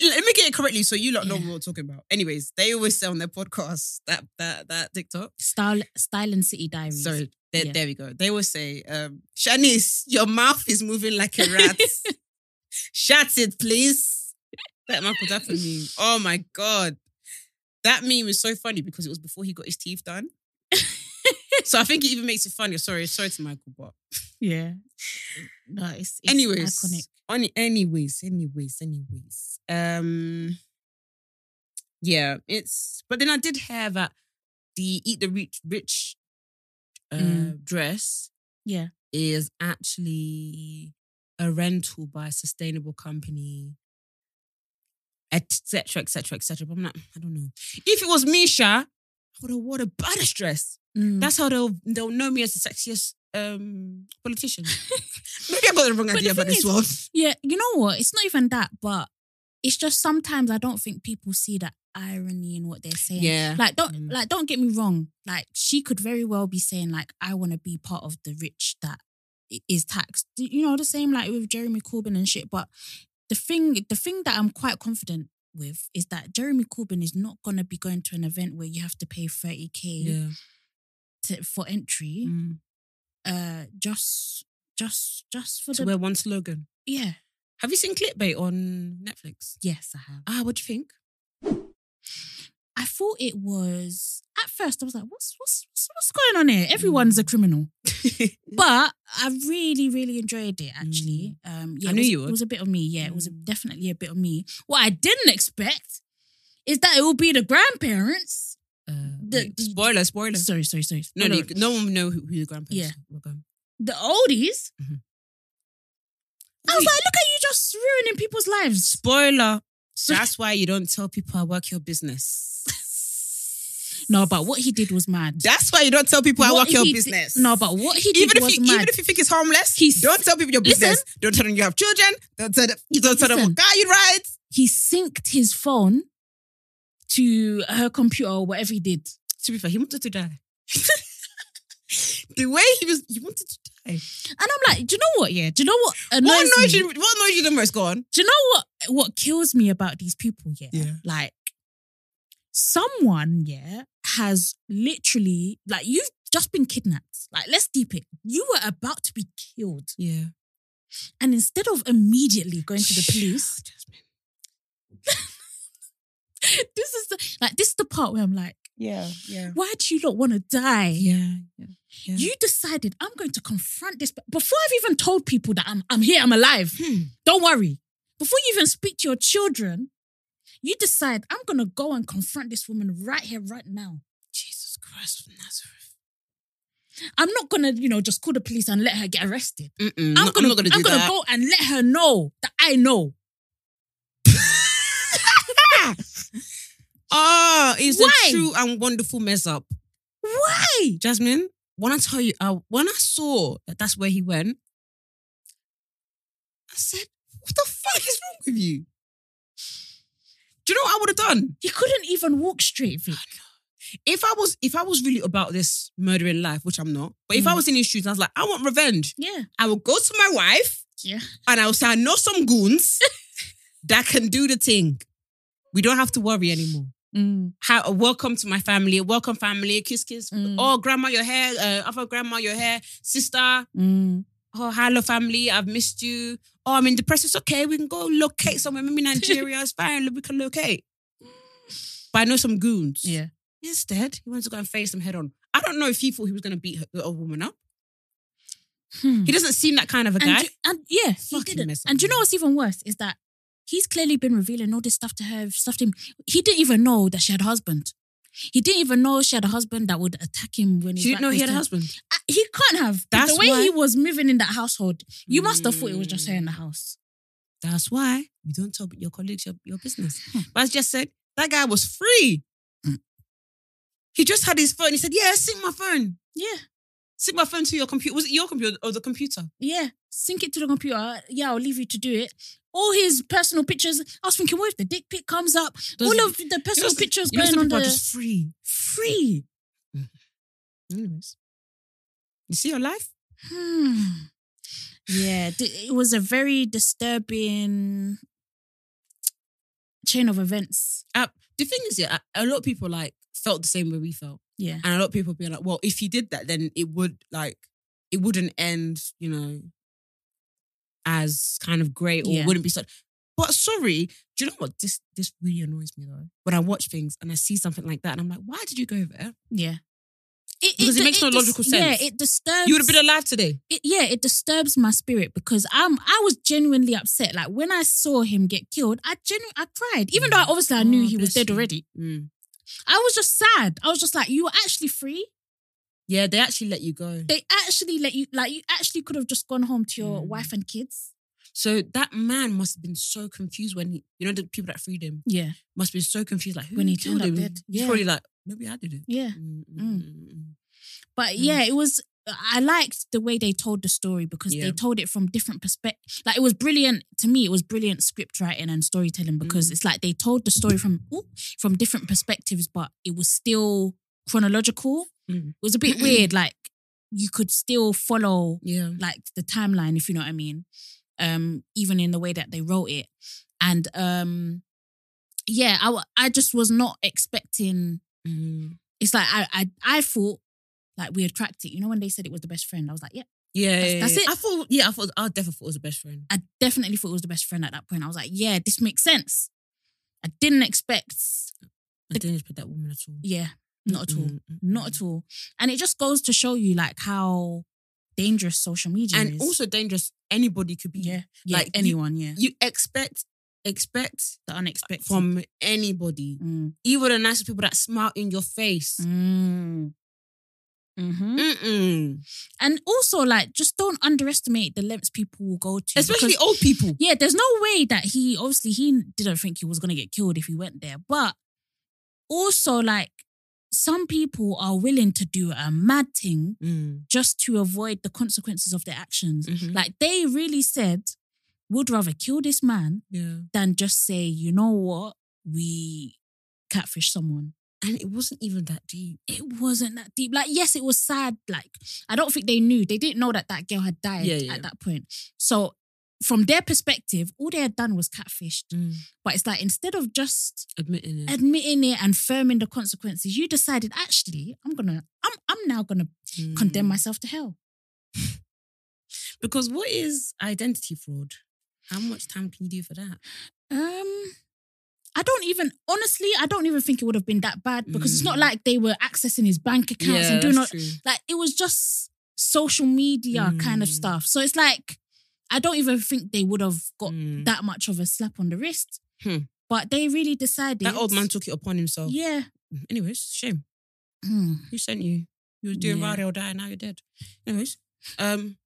S1: Let me get it correctly so you lot know
S2: Yeah.
S1: what we're talking about. Anyways, they always say on their podcast that that that TikTok.
S2: style style and city diaries.
S1: Sorry, there,
S2: Yeah.
S1: there we go. They will say, um, Shanice, your mouth is moving like a rat. Shut it, please. That Michael Dapper meme. Oh my God. That meme is so funny because it was before he got his teeth done. so I think it even makes it funnier. Sorry, sorry to Michael, but
S2: Yeah. No, it's, it's
S1: anyways.
S2: iconic.
S1: Any, anyways, anyways, anyways. Um yeah, it's but then I did hear that the eat the rich rich uh,
S2: Mm.
S1: dress
S2: Yeah.
S1: is actually a rental by a sustainable company, etc., etc., etc. But I'm like, I don't know. If it was Misha, I would have worn a baddest dress.
S2: Mm.
S1: That's how they'll they'll know me as the sexiest um politician. Maybe I got the wrong
S2: But the
S1: idea about
S2: thing
S1: this
S2: is-
S1: world.
S2: Yeah, you know what? It's not even that, but it's just sometimes I don't think people see the irony in what they're saying.
S1: Yeah.
S2: Like don't
S1: Mm.
S2: like don't get me wrong. Like she could very well be saying like I want to be part of the rich that i- is taxed. You know the same like with Jeremy Corbyn and shit. But the thing the thing that I'm quite confident with is that Jeremy Corbyn is not gonna be going to an event where you have to pay 30k to, for entry.
S1: Mm.
S2: Uh just just just for
S1: To
S2: the
S1: wear one slogan.
S2: Yeah.
S1: Have you seen clickbait on Netflix?
S2: Yes, I have.
S1: Ah, what do you think?
S2: I thought it was at first I was like, what's what's what's, what's going on here? Everyone's
S1: Mm.
S2: a criminal. but I really, really enjoyed it actually. Um yeah,
S1: Mm. I
S2: it
S1: knew
S2: was-
S1: you would.
S2: It was a bit of me, yeah. It was a-
S1: Mm.
S2: definitely a bit of me. What I didn't expect is that it will be the grandparents.
S1: the, Uh, spoiler, spoiler.
S2: Sorry, sorry, sorry.
S1: no,
S2: Hold
S1: no,
S2: on.
S1: no one will know who, who the grandparents
S2: Yeah.
S1: were going.
S2: The oldies.
S1: Mhm.
S2: I was like, look at you just ruining people's lives.
S1: Spoiler. That's why you don't tell people I work your business.
S2: No, but what he did was mad.
S1: That's why you don't tell people I
S2: What
S1: work your
S2: he di-
S1: business.
S2: no, but what he did
S1: even if
S2: was
S1: you
S2: mad.
S1: even if you think it's harmless,
S2: He's-
S1: don't tell people your
S2: Listen.
S1: business. Don't tell them you have children. Don't tell them. You don't tell them
S2: Listen.
S1: what car you ride.
S2: he synced his phone to her computer or whatever he did.
S1: To be fair, he wanted to die. the way he was, he wanted to die.
S2: And I'm like, do you know what? Yeah, do you know what annoys
S1: What annoys
S2: me?
S1: you? What annoys you the most? Go on.
S2: Do you know what? What kills me about these people? Yeah,
S1: Yeah.
S2: like someone yeah has literally like you've just been kidnapped. Like let's deep it. You were about to be killed,
S1: Yeah.
S2: and instead of immediately going to the police,
S1: Oh,
S2: this is the, like this is the part where I'm like,
S1: Yeah. Yeah.
S2: why do you not want to die?
S1: Yeah. Yeah.
S2: You decided I'm going to confront this before I've even told people that I'm I'm here, I'm alive.
S1: Hmm.
S2: Don't worry. Before you even speak to your children, you decide I'm gonna go and confront this woman right here, right now.
S1: Jesus Christ of Nazareth.
S2: I'm not gonna, you know, just call the police and let her get arrested.
S1: Mm-mm,
S2: I'm
S1: no,
S2: gonna,
S1: I'm not gonna do
S2: I'm gonna
S1: that.
S2: go and let her know that I know.
S1: Ah, it's
S2: Why?
S1: a true and wonderful mess up.
S2: Why?
S1: Jasmine, when I tell you, I, when I saw that that's where he went, I said, what the fuck is wrong with you? Do you know what I would have done?
S2: He couldn't even walk straight, Vic.
S1: If I was if I was really about this murdering life, which I'm not, but if I
S2: Mm.
S1: was in his shoes, I was like, I want revenge.
S2: Yeah.
S1: I will go to my wife
S2: Yeah.
S1: and I will say, I know some goons that can do the thing. We don't have to worry anymore. How, welcome to my family. Welcome, family. Kiss, kiss.
S2: Mm.
S1: Oh, grandma, your hair. Uh, other grandma, your hair. Sister,
S2: Mm.
S1: oh, hello, family. I've missed you. Oh, I'm in depression. It's okay. We can go locate somewhere. Maybe Nigeria. it's fine. We can locate. But I know some goons.
S2: Yeah.
S1: Instead, he wants to go and face them head on. I don't know if he thought he was going to beat her, the old woman up.
S2: Hmm.
S1: He doesn't seem that kind of a
S2: and,
S1: guy.
S2: you- and yeah, he
S1: Fucking
S2: didn't.
S1: mess up,
S2: And do you know
S1: man.
S2: what's even worse is that he's clearly been revealing all this stuff to her, stuff to him. He didn't even know that she had a husband. He didn't even know she had a husband that would attack him when his
S1: She didn't
S2: back
S1: know he
S2: was
S1: had a
S2: turned.
S1: husband.
S2: Uh, He can't have.
S1: That's
S2: the way
S1: why- Mm.
S2: he was moving in that household, you must have thought it was just her in the house.
S1: That's why you don't tell your colleagues your, your business. But as just said, that guy was free. He just had his phone. He said, Yeah, sync my phone.
S2: Yeah,
S1: Sync my phone to your computer. Was it your computer or the computer?
S2: yeah. Sync it to the computer. Yeah, I'll leave you to do it. All his personal pictures. I was thinking, what if the dick pic comes up?
S1: Those-
S2: all of the personal
S1: you know,
S2: pictures
S1: you know,
S2: going
S1: some
S2: on
S1: people
S2: the
S1: are just free.
S2: free.
S1: Anyways. You see your life?
S2: Hmm. Yeah, d- it was a very disturbing chain of events.
S1: Uh, the thing is, yeah, a a lot of people like felt the same way we felt.
S2: Yeah.
S1: And a lot of people being like, well, if he did that, then it would like it wouldn't end, you know, as kind of great or
S2: Yeah.
S1: wouldn't be such. But sorry, do you know what? This this really annoys me though. When I watch things and I see something like that, and I'm like, why did you go there?
S2: Yeah. It,
S1: Because it makes no
S2: dis-
S1: logical sense.
S2: Yeah, it disturbs.
S1: You would have been alive today.
S2: it, yeah, it disturbs my spirit because I'm. I was genuinely upset. Like when I saw him get killed, I genu- I cried. Even though I, obviously I knew
S1: Oh,
S2: he was
S1: bless
S2: dead
S1: you.
S2: already.
S1: Mm.
S2: I was just sad. I was just like, you were actually free.
S1: Yeah, they actually let you go.
S2: They actually let you. Like you actually could have just gone home to your
S1: Mm.
S2: wife and kids.
S1: So that man must have been so confused when he, you know, the people that freed him
S2: Yeah.
S1: must be so confused. Like who
S2: When he
S1: killed
S2: turned
S1: him?
S2: up dead.
S1: He's
S2: Yeah.
S1: probably like, maybe I did it.
S2: Yeah.
S1: Mm, mm,
S2: Mm.
S1: mm, mm.
S2: But
S1: Mm.
S2: yeah, it was. I liked the way they told the story because
S1: Yeah.
S2: they told it from different perspectives. Like it was brilliant to me. It was brilliant script writing and storytelling because
S1: Mm.
S2: it's like they told the story from ooh, from different perspectives, but it was still chronological.
S1: Mm.
S2: It was a bit weird. Like you could still follow
S1: Yeah.
S2: like the timeline, if you know what I mean. um, even in the way that they wrote it. And um, yeah, I, wa- I just was not expecting.
S1: Mm-hmm.
S2: It's like I, I I thought like we had cracked it. You know when they said it was the best friend, I was like, yeah,
S1: Yeah,
S2: That's-
S1: yeah,
S2: that's
S1: yeah.
S2: it.
S1: I thought, yeah, I thought, I definitely thought it was the best friend.
S2: I definitely thought it was the best friend at that point. I was like, yeah, this makes sense. I didn't expect.
S1: I didn't expect that woman at all. Mm,
S2: Yeah, not at all.
S1: Mm-mm, mm-mm.
S2: Not at all. And it just goes to show you like how dangerous social media
S1: And
S2: is.
S1: also dangerous. Anybody could be.
S2: yeah, yeah,
S1: like, you-
S2: anyone, yeah,
S1: You expect, expect
S2: the unexpected
S1: from anybody,
S2: Mm.
S1: even the nicest people that smile in your face.
S2: Mm. hmm
S1: Mm-hmm. Mm-mm.
S2: And also, like, just don't underestimate the lengths people will go to.
S1: Especially
S2: because-
S1: old people.
S2: yeah, there's no way that he obviously he didn't think he was gonna get killed if he went there, but also like some people are willing to do a mad thing
S1: Mm.
S2: just to avoid the consequences of their actions.
S1: Mhm.
S2: Like they really said, would rather kill this man
S1: Yeah.
S2: than just say, you know what, we catfish someone.
S1: And it wasn't even that deep.
S2: It wasn't that deep. Like, yes, it was sad. Like, I don't think they knew. They didn't know that that girl had died
S1: Yeah, yeah.
S2: at that point. So, from their perspective, all they had done was catfished.
S1: Mm.
S2: But it's like instead of just
S1: Admitting it.
S2: admitting it and firming the consequences, you decided actually, I'm gonna, I'm, I'm now gonna
S1: Mm.
S2: condemn myself to hell.
S1: Because what is identity fraud? How much time can you do for that?
S2: Um, I don't even honestly, I don't even think it would have been that bad because it's not
S1: Mm.
S2: like they were accessing his bank accounts and doing all, like it was just social media kind of
S1: Mm.
S2: stuff. So it's like I don't even think they would have got
S1: Mm.
S2: that much of a slap on the wrist.
S1: Hmm.
S2: But they really decided
S1: That old man took it upon himself.
S2: Yeah.
S1: Anyways, shame.
S2: Mm.
S1: Who sent you? You were doing
S2: Yeah.
S1: ride or die, now you're dead. Anyways, um,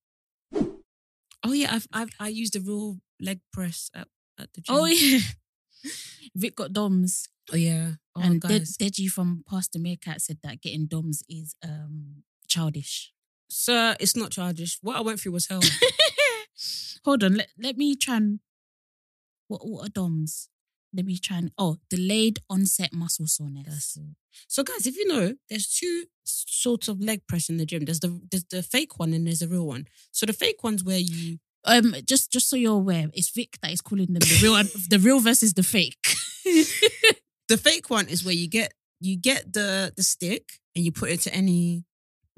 S1: oh yeah, I've, I've I used a real leg press at, at the gym.
S2: Oh yeah. Vic got doms.
S1: oh yeah, oh
S2: and Ded-
S1: guys.
S2: Deji from Pastor Meerkat said that getting doms is um childish.
S1: Sir, it's not childish. What I went through was hell.
S2: Hold on, let, let me try and what what are DOMs? Let me try and oh, delayed onset muscle soreness.
S1: so guys, if you know, there's two sorts of leg press in the gym. There's the there's the fake one and there's the real one. So the fake one's where you
S2: Um, just just so you're aware, it's Vic that is calling them the real the real versus the fake.
S1: the fake one is where you get you get the the stick and you put it to any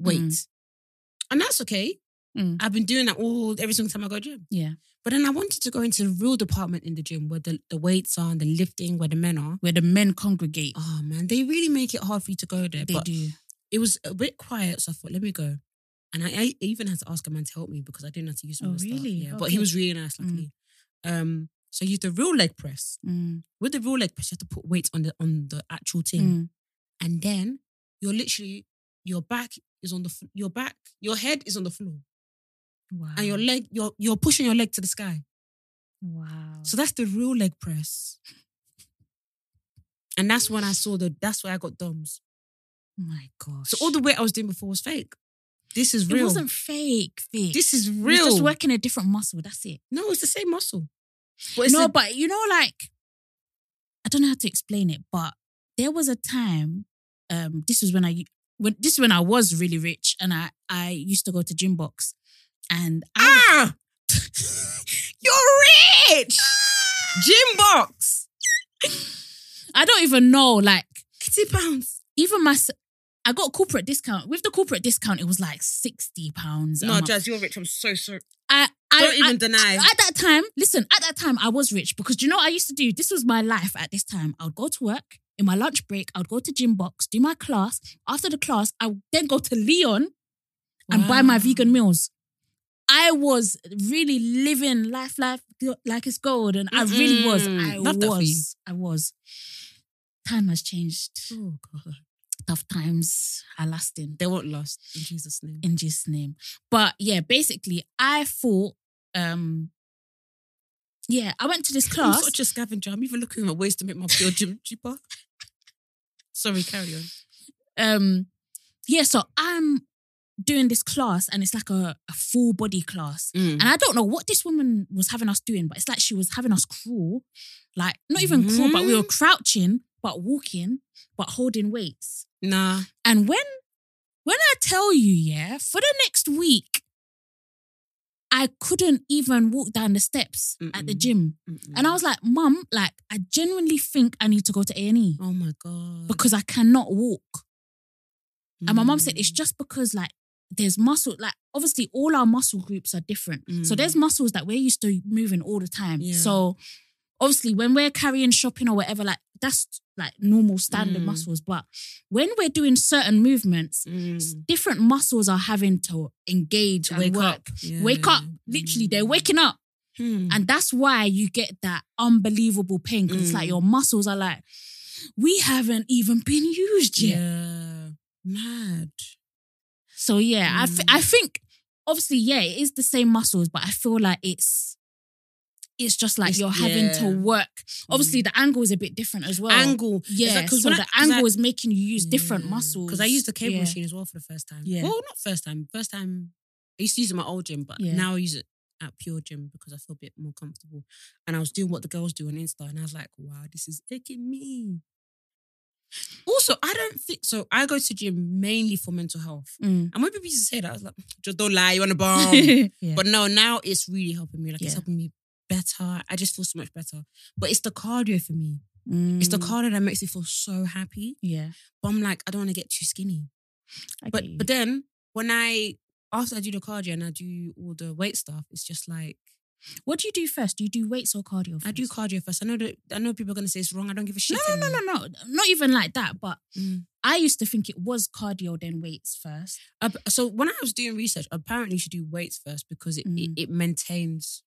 S1: weight. And that's okay.
S2: Mm.
S1: I've been doing that all every single time I go gym.
S2: Yeah,
S1: But then I wanted to go into the real department in the gym where the, the weights are and the lifting, where the men are.
S2: where the men congregate,
S1: Oh man, they really make it hard for you to go there.
S2: they
S1: but
S2: do.
S1: it was a bit quiet, so I thought, let me go. And I, I even had to ask a man to help me because I didn't know how to use all
S2: Oh,
S1: the stuff.
S2: really?
S1: Yeah, but
S2: Okay.
S1: he was really nice,
S2: Mm.
S1: luckily. Um, so you use the real leg press.
S2: Mm,
S1: With the real leg press, you have to put weight on the on the actual thing.
S2: mm.
S1: and then you're literally your back is on the f- your back your head is on the floor
S2: Wow.
S1: and your leg you're you're pushing your leg to the sky
S2: wow.
S1: so that's the real leg press and that's when i saw the that's where i got doms
S2: my gosh.
S1: so all the weight i was doing before was fake this is
S2: it
S1: real
S2: wasn't fake, Vic.
S1: this is
S2: You're
S1: real
S2: just working a different muscle. That's it.
S1: no it's the same muscle but it's
S2: no,
S1: a-
S2: but you know, like I don't know how to explain it, but there was a time. Um, this was when I when this is when I was really rich, and I I used to go to gym box, and I
S1: ah you're rich gym box
S2: I don't even know like
S1: 80 pounds
S2: even my s- I got corporate discount with the corporate discount. It was like sixty pounds. a
S1: no
S2: month.
S1: jazz you're rich i'm so sorry
S2: I, I
S1: don't even
S2: I-
S1: deny.
S2: At that time, listen, at that time, I was rich because do you know what I used to do? This was my life at this time. I would go to work in my lunch break, I would go to gym box, do my class. After the class, I would then go to Leon and buy my
S1: Wow.
S2: vegan meals. I was really living life, life like it's gold, and I really was.
S1: Mm-mm.
S2: I
S1: Love that for you.
S2: was. I was. Time has changed.
S1: oh god
S2: Tough times are lasting
S1: They won't last in Jesus' name.
S2: in Jesus' name. But yeah, basically, I thought, um, yeah, I went to this
S1: I'm
S2: class.
S1: such a scavenger. I'm even looking at ways to make my pure gym cheaper. Sorry, carry on.
S2: um, yeah, so I'm doing this class, and it's like a, a full body class. And I don't know what this woman was having us doing, but it's like she was having us crawl, like not even crawl, but we were crouching, but walking, but holding weights.
S1: Nah.
S2: And when when I tell you, yeah, for the next week, I couldn't even walk down the steps at the
S1: Mm-mm.
S2: gym. And I was like, Mum, like I genuinely think I need to go to A and E
S1: oh my god.
S2: because I cannot walk. And my mum said
S1: Mm.
S2: it's just because like there's muscle, like obviously all our muscle groups are different. So
S1: Mm.
S2: there's muscles that we're used to moving all the time.
S1: Yeah.
S2: So obviously when we're carrying shopping or whatever, like that's like normal standard
S1: Mm.
S2: muscles. But when we're doing certain movements,
S1: Mm.
S2: s- different muscles are having to engage and
S1: wake
S2: work.
S1: up. Yeah.
S2: Wake up. Literally, they're waking up.
S1: Hmm.
S2: And that's why you get that unbelievable pain. Because it's
S1: Mm.
S2: like your muscles are like, we haven't even been used yet.
S1: yeah. Mad.
S2: So yeah, I
S1: Mm.
S2: th- I think obviously yeah, it is the same muscles, but I feel like it's it's just like
S1: It's-
S2: you're having
S1: yeah. Mm.
S2: to work. Obviously, the angle is a bit different as well.
S1: angle.
S2: yeah. Because
S1: when
S2: so the angle is making you use different muscles.
S1: Because I used the cable
S2: Yeah.
S1: machine as well for the first time.
S2: Yeah.
S1: Well, not first time. First time I used to use it at my old gym, but
S2: Yeah.
S1: now I use it at Pure Gym because I feel a bit more comfortable. And I was doing what the girls do on Insta, and I was like, wow, this is aching me. Also, I don't think so. I go to gym mainly for mental health.
S2: Mm.
S1: And when people used to say that, I was like, just don't lie, you want a bomb.
S2: Yeah.
S1: Um, But no, now it's really helping me. Like
S2: Yeah.
S1: it's helping me better. I just feel so much better. But it's the cardio for me. It's the
S2: Mm.
S1: cardio that makes me feel so happy.
S2: Yeah.
S1: But I'm like, I don't want to get too skinny.
S2: I
S1: But
S2: get you.
S1: but then when I after I do the cardio and I do all the weight stuff, it's just like
S2: what do you do first? Do you do weights or cardio? First?
S1: I do cardio first. I know that I know people are gonna say it's wrong. I don't give a shit.
S2: No, no, no, no, no, not even like that. But
S1: Mm.
S2: I used to think it was cardio then weights first.
S1: Uh, b- so when I was doing research, apparently you should do weights first because it
S2: Mm.
S1: it, it maintains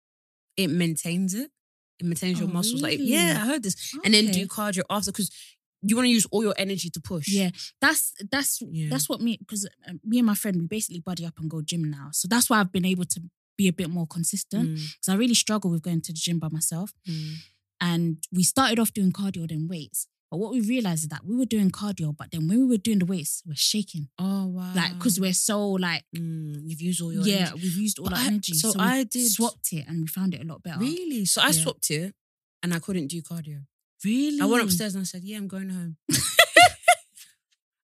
S1: it maintains it. It maintains your
S2: Oh,
S1: muscles. Like
S2: really?
S1: yeah, I heard this. And then do
S2: Okay.
S1: cardio after because you want to use all your energy to push.
S2: Yeah, that's that's
S1: Yeah.
S2: that's what me because me and my friend we basically buddy up and go gym now. So that's why I've been able to be a bit more consistent
S1: Mm,
S2: because I really struggle with going to the gym by myself.
S1: mm.
S2: And we started off doing cardio then weights, but what we realized is that we were doing cardio, but then when we were doing the weights, we're shaking
S1: Oh wow.
S2: like because we're so like
S1: Mm, you've used all your
S2: yeah
S1: energy.
S2: we've used all
S1: But
S2: our
S1: I-
S2: energy.
S1: so
S2: we
S1: I did-
S2: swapped it and we found it a lot better.
S1: Really? So I
S2: Yeah.
S1: swapped it and I couldn't do cardio.
S2: really.
S1: I went upstairs and I said, Yeah, I'm going home.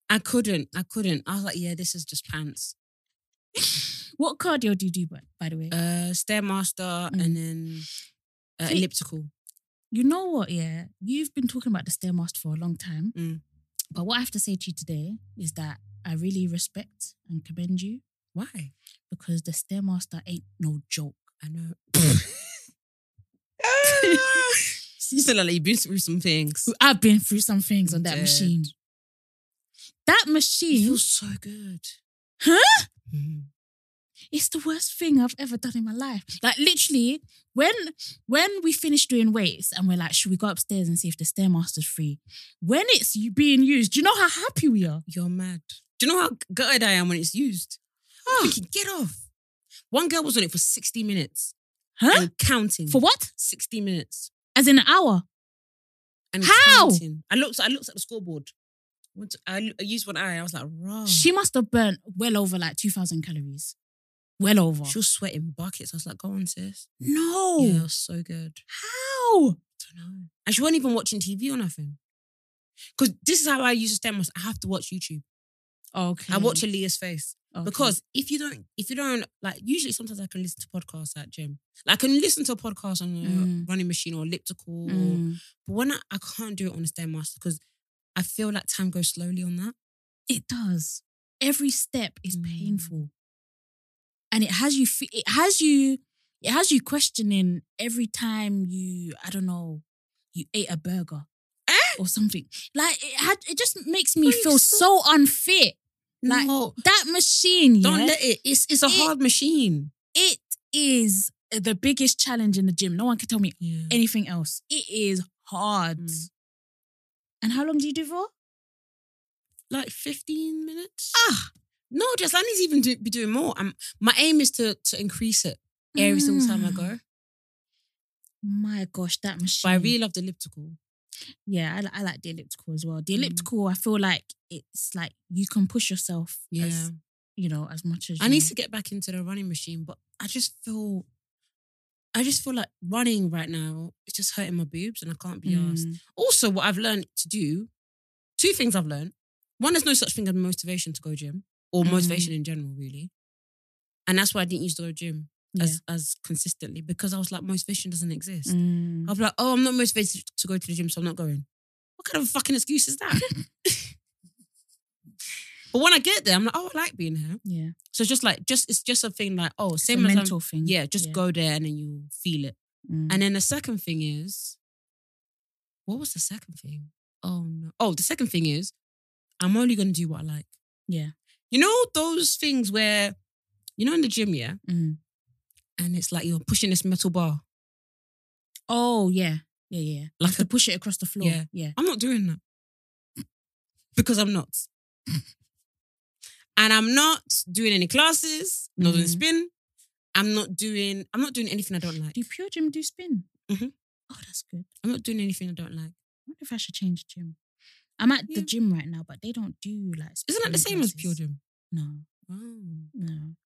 S1: I couldn't. I couldn't. I was like, Yeah, this is just pants.
S2: What cardio do you do by, by the way?
S1: Uh Stairmaster
S2: Mm.
S1: and then uh,
S2: See-
S1: elliptical.
S2: You know what? Yeah, you've been talking about the stairmaster for a long time,
S1: Mm.
S2: but what I have to say to you today is that I really respect and commend you
S1: Why?
S2: because the stairmaster ain't no joke.
S1: I know. you said like you've been through some things.
S2: I've been through some things on that
S1: Dead.
S2: machine. That
S1: It
S2: machine,
S1: feels so good.
S2: huh?
S1: Mm.
S2: It's the worst thing I've ever done in my life. Like literally, when when we finish doing weights and we're like, should we go upstairs and see if the stairmaster's free? When it's being used, do you know how happy we are?
S1: You're mad. Do you know how gutted I am when it's used? Oh, get off. One girl was on it for 60 minutes
S2: Huh?
S1: and counting.
S2: For what?
S1: 60 minutes.
S2: As in an hour.
S1: And
S2: How?
S1: counting. I looked, I looked at the scoreboard. What- I, I used one eye. I was like, raw.
S2: She must have burnt well over like 2,000 calories. Well over.
S1: she was sweating buckets. I was like, go on, sis.
S2: no.
S1: Yeah, it was so good.
S2: How?
S1: don't know. And she wasn't even watching TV or nothing. Because this is how I use to stem. I have to watch YouTube.
S2: Oh, Okay.
S1: I watch Aaliyah's face.
S2: Okay.
S1: Because if you don't, if you don't, like, usually sometimes I can listen to podcasts at gym. Like, I can listen to a podcast on a
S2: Mm.
S1: running machine or elliptical. Or,
S2: Mm.
S1: but when I, I can't do it on a Stairmaster because I feel like time goes slowly on that.
S2: it does. Every step is
S1: Mm.
S2: painful. And it has you fe- it has you it has you questioning every time you I don't know, you ate a burger or something. Like it had it just makes me
S1: Eh? Are you
S2: feel so
S1: so-
S2: unfit. Like
S1: no,
S2: that machine,
S1: don't
S2: yeah?
S1: let it. It's it's a
S2: It-
S1: hard machine.
S2: it is the biggest challenge in the gym. No one can tell me
S1: Yeah.
S2: anything else. It is hard.
S1: Mm.
S2: And how long do you do for?
S1: like 15 minutes.
S2: Ah,
S1: No, just I need to even do, be doing more. i my aim is to to increase it every single time I
S2: Mm.
S1: go.
S2: my gosh, that
S1: But
S2: machine.
S1: I really love the elliptical.
S2: yeah, I, li- I like the elliptical as well. The
S1: Mm.
S2: elliptical, I feel like it's like you can push yourself. As, you know, as much as
S1: I
S2: you-
S1: need to get back into the running machine, but I just feel I just feel like running right now, it's just hurting my boobs and I can't be asked.
S2: Mm.
S1: Also, what I've learned to do, two things I've learned. One, there's no such thing as motivation to go gym or
S2: Mm.
S1: motivation in general, really. And that's why I didn't used to go gym. as as consistently because I was like, most vision doesn't exist.
S2: Mm.
S1: I'll be like, oh, I'm not motivated to go to the gym, so I'm not going. What kind of a fucking excuse is that? but when I get there, I'm like, oh, I like being here.
S2: Yeah.
S1: So it's just like, just it's just a thing like, oh,
S2: It's a
S1: same as I'm-
S2: mental thing.
S1: yeah, just go there and then you feel it.
S2: Mm.
S1: And then the second thing is, what was the second thing? Oh no! Oh, the second thing is, I'm only gonna do what I like.
S2: Yeah.
S1: You know those things where, you know, in the gym, yeah,
S2: Mm.
S1: and it's like you're pushing this metal bar.
S2: Oh yeah. Yeah, yeah.
S1: Like
S2: Like to
S1: a-
S2: push it across the floor.
S1: Yeah.
S2: Yeah.
S1: I'm not doing that because I'm not, and I'm not doing any classes. I'm not doing
S2: Mhm.
S1: spin. I'm not doing. I'm not doing anything I don't like.
S2: Do Pure Gym do spin?
S1: Mhm.
S2: Oh, that's good.
S1: I'm not doing anything I don't like.
S2: I wonder if I should change gym. I'm at
S1: Yeah.
S2: the gym right now, but they don't do like.
S1: Isn't that the
S2: spin
S1: same as
S2: classes.
S1: pure gym?
S2: No,
S1: Oh.
S2: no.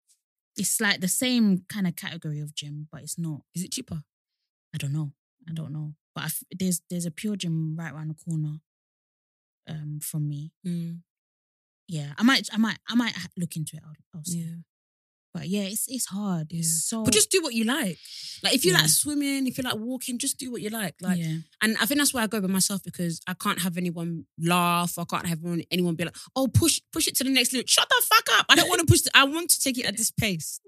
S2: It's like the same kind of category of gym, but it's not.
S1: Is it cheaper?
S2: I don't know. I don't know. But I f- there's there's a pure gym right around the corner, um, from me.
S1: Mm,
S2: Yeah, I might, I might, I might ha- look into it. I'll, I'll see.
S1: yeah.
S2: But yeah, it's it's hard.
S1: Yeah.
S2: It's so.
S1: But just do what you like. Like if you
S2: Yeah.
S1: like swimming, if you like walking, just do what you like. Like,
S2: yeah,
S1: and I think that's why I go by myself because I can't have anyone laugh. I can't have anyone, anyone be like, "Oh, push push it to the next limit." Shut the fuck up! I don't want to push. The, I want to take it at this pace.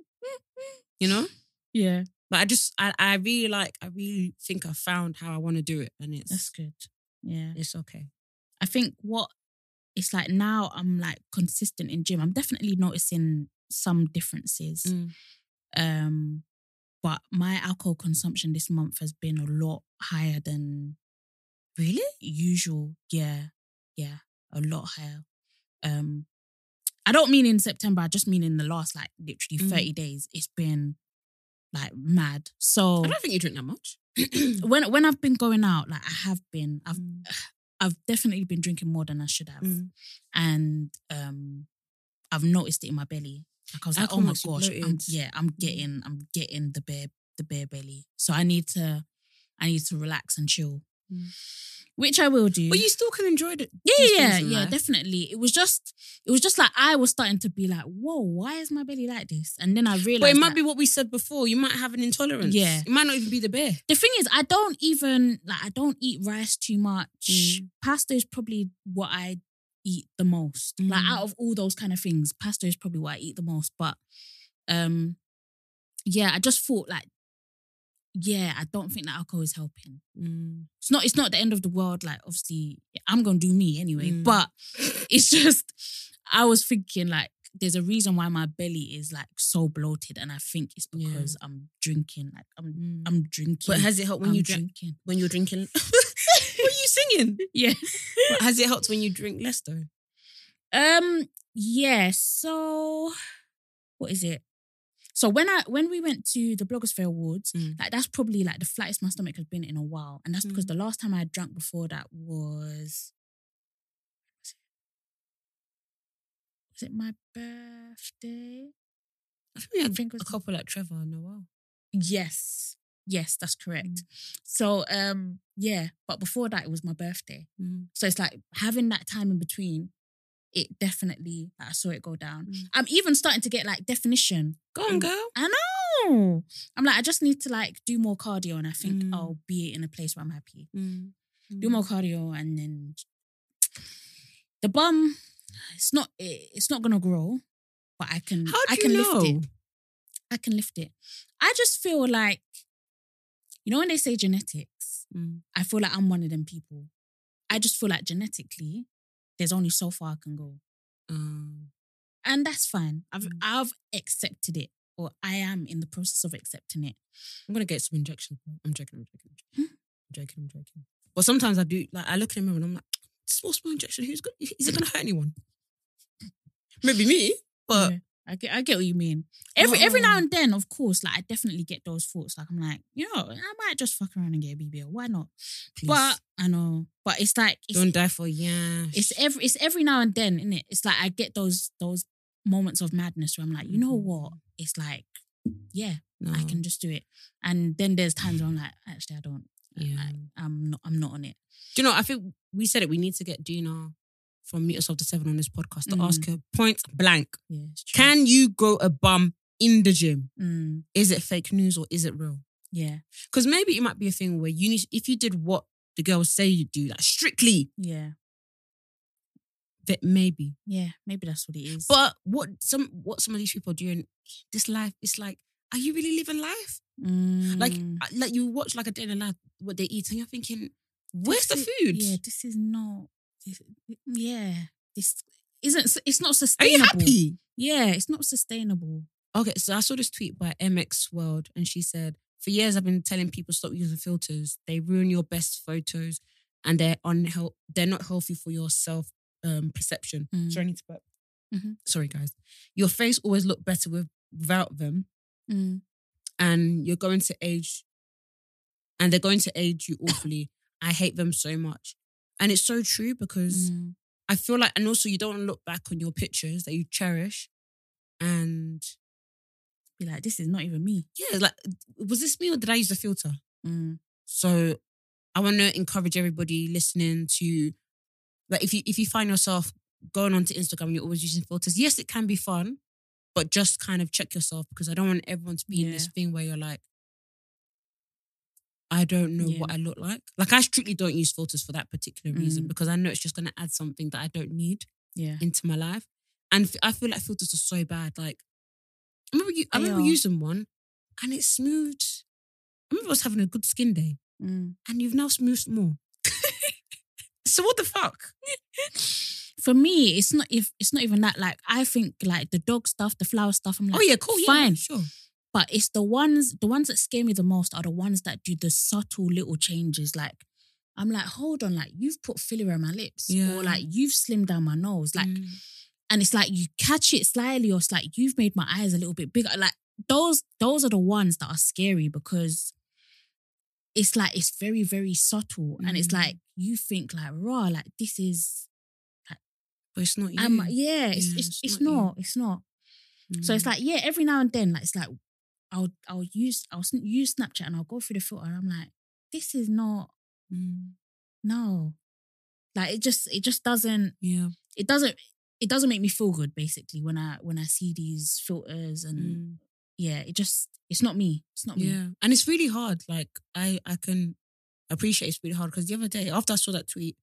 S1: You know.
S2: yeah,
S1: But I just, I, I really like. I really think I found how I want to do it, and it's
S2: that's good. Yeah,
S1: it's okay.
S2: I think what it's like now I'm like consistent in gym. I'm definitely noticing some differences.
S1: Mm.
S2: Um but my alcohol consumption this month has been a lot higher than really usual. Yeah. Yeah, a lot higher. Um I don't mean in September, I just mean in the last like literally
S1: Mm.
S2: 30 days it's been like mad. So
S1: I don't think you drink that much.
S2: when when I've been going out like I have been I've
S1: Mm.
S2: I've definitely been drinking more than I should have,
S1: Mm.
S2: and um, I've noticed it in my belly. Like I was like,
S1: Alcohol Mm.
S2: oh my
S1: makes you
S2: gosh, I'm,
S1: bloated.
S2: yeah, I'm getting, I'm getting the bare, the bare belly. So I need to, I need to relax and chill,
S1: Mm.
S2: which I will do.
S1: But you still can enjoy it.
S2: yeah, yeah, yeah, definitely. It was just, it was just like I was starting to be like, whoa, why is my belly like this? And then I realized,
S1: But it might
S2: that-
S1: be what we said before. You might have an intolerance.
S2: Yeah.
S1: It might not even be the bear.
S2: The thing is, I don't even like. I don't eat rice too much.
S1: Mm.
S2: Pasta is probably what I eat the most. Like
S1: Mm.
S2: out of all those kind of things, pasta is probably what I eat the most. But, um, yeah, I just thought like, yeah, I don't think that alcohol is helping.
S1: Mm.
S2: It's not. It's not the end of the world. Like obviously, I'm gonna do me anyway.
S1: Mm.
S2: But it's just, I was thinking like. There's a reason why my belly is like so bloated, and I think it's
S1: Yeah.
S2: because I'm drinking. Like I'm,
S1: Mm.
S2: I'm drinking.
S1: But has it helped when
S2: I'm
S1: you drink?
S2: drinking.
S1: When you're drinking, what are you singing?
S2: Yeah.
S1: But has it helped when you drink less though?
S2: Um. Yeah. So, what is it? So when I when we went to the Blogosphere Awards,
S1: Mm.
S2: like that's probably like the flattest my stomach has been in a while, and that's because
S1: Mm.
S2: the last time I drank before that was was it my birthday?
S1: I think we had
S2: think it was-
S1: a Mm. couple like Trevor and Noel.
S2: Yes. Yes, that's correct. So um yeah, but before that it was my birthday.
S1: Mm.
S2: So it's like having that time in between, it definitely I saw it go down. I'm even starting to get like definition.
S1: Mm. Go on,
S2: Mm.
S1: girl.
S2: I know. I'm like, I just need to like do more cardio and I think
S1: Mm.
S2: I'll be in a place where I'm happy. Do more cardio and then the bum, it's not it, it's not gonna grow, but I can
S1: How do
S2: I can
S1: you know?
S2: lift it. I can lift it. I just feel like, you know, when they say genetics,
S1: Mm.
S2: I feel like I'm one of them people. I just feel like genetically, there's only so far I can go.
S1: Um,
S2: And that's fine. I've
S1: Mm.
S2: I've accepted it, or I am in the process of accepting it.
S1: I'm gonna get some injections. I'm joking. I'm joking. I'm
S2: Hmm?
S1: joking. I'm joking. I'm joking. But sometimes I do. Like I look in the mirror and I'm like, small, small injection. Who's going? Is it gonna hurt anyone? Maybe me, but
S2: Yeah, I get I get what you mean. Every every
S1: Oh.
S2: now and then, of course, like I definitely get those thoughts. Like I'm like, you know, I might just fuck around and get a BBL. Why not?
S1: please,
S2: But I know. But it's like it's
S1: don't die for yeah.
S2: it's every it's every now and then, isn't it? It's like I get those those moments of madness where I'm like, you know
S1: Mhm.
S2: what? It's like, yeah,
S1: No.
S2: I can just do it. And then there's times where I'm like, actually, I don't.
S1: Yeah.
S2: I, I'm not. I'm not on it.
S1: Do you know, I think we said it. We need to get Gina from Meet Us After Seven on this podcast to
S2: Mm.
S1: ask her point blank
S2: Yeah, it's true.
S1: Can you grow a bum in the gym.
S2: Mm,
S1: Is it fake news or is it real?
S2: yeah.
S1: Because maybe it might be a thing where you need, if you did what the girls say you do, like strictly,
S2: Yeah.
S1: that maybe.
S2: Yeah. Maybe that's what it is.
S1: But what some what some of these people are doing, this life, it's like, are you really living life? Like,
S2: Mm,
S1: I- like you watch like a day in the life what they eat, and you're thinking, where's the
S2: this i-
S1: food?
S2: Yeah. This is not. This, yeah. This isn't. s- It's not
S1: Are you
S2: sustainable.
S1: happy?
S2: Yeah. It's not sustainable.
S1: Okay, so I saw this tweet by MX World, and she said, "For years, I've been telling people stop using filters. They ruin your best photos, and they're unheal- They're not healthy for your self um, perception."
S2: Mm.
S1: Sorry, I need to burp.
S2: Mhm.
S1: Sorry, guys. Your face always looked better with, without them,
S2: Mm,
S1: and you're going to age, and they're going to age you awfully. I hate them so much, and it's so true because
S2: mm.
S1: I feel like, and also you don't want to look back on your pictures that you cherish, and
S2: Be like, this is not even me.
S1: yeah, like, was this me or did I use the filter?
S2: Mm,
S1: So, I want to encourage everybody listening to, like, if you if you find yourself going onto Instagram and you're always using filters, yes, it can be fun, but just kind of check yourself because I don't want everyone to be in this
S2: Yeah.
S1: thing where you're like, I don't know
S2: Yeah.
S1: what I look like. Like, I strictly don't use filters for that particular reason
S2: Mm.
S1: because I know it's just going to add something that I don't need
S2: yeah.
S1: into my life. And f- I feel like filters are so bad. Like, I remember, you, I
S2: They
S1: remember
S2: are.
S1: using one and it smoothed. I remember I was having a good skin day
S2: Mm.
S1: and you've now smoothed more. so what the fuck?
S2: For me, it's not if it's not even that. Like I think like the dog stuff, the flower stuff. I'm like,
S1: oh yeah, cool. Yeah,
S2: fine.
S1: sure.
S2: But it's the ones, the ones that scare me the most are the ones that do the subtle little changes. Like, I'm like, hold on, like you've put filler on my lips,
S1: Yeah.
S2: or like you've slimmed down my nose, like,
S1: Mm.
S2: and it's like you catch it slyly, or it's like you've made my eyes a little bit bigger. Like those, those are the ones that are scary because it's like it's very, very subtle, and it's
S1: Mm.
S2: like you think like raw, like this is,
S1: but it's not you.
S2: am I- yeah, it's
S1: Yeah,
S2: it's,
S1: it's
S2: it's,
S1: not you.
S2: not, it's not. uh, So
S1: Mm,
S2: it's like, yeah, every now and then, like it's like I'll I'll use I'll sn- use Snapchat and I'll go through the filter and I'm like, this is not
S1: Mm.
S2: no. Like it just it just doesn't
S1: yeah.
S2: it doesn't it doesn't make me feel good basically when I when I see these filters and
S1: Mm.
S2: yeah, it just it's not me. It's not me.
S1: Yeah. And it's really hard. Like I I can appreciate it's really hard because the other day after I saw that tweet,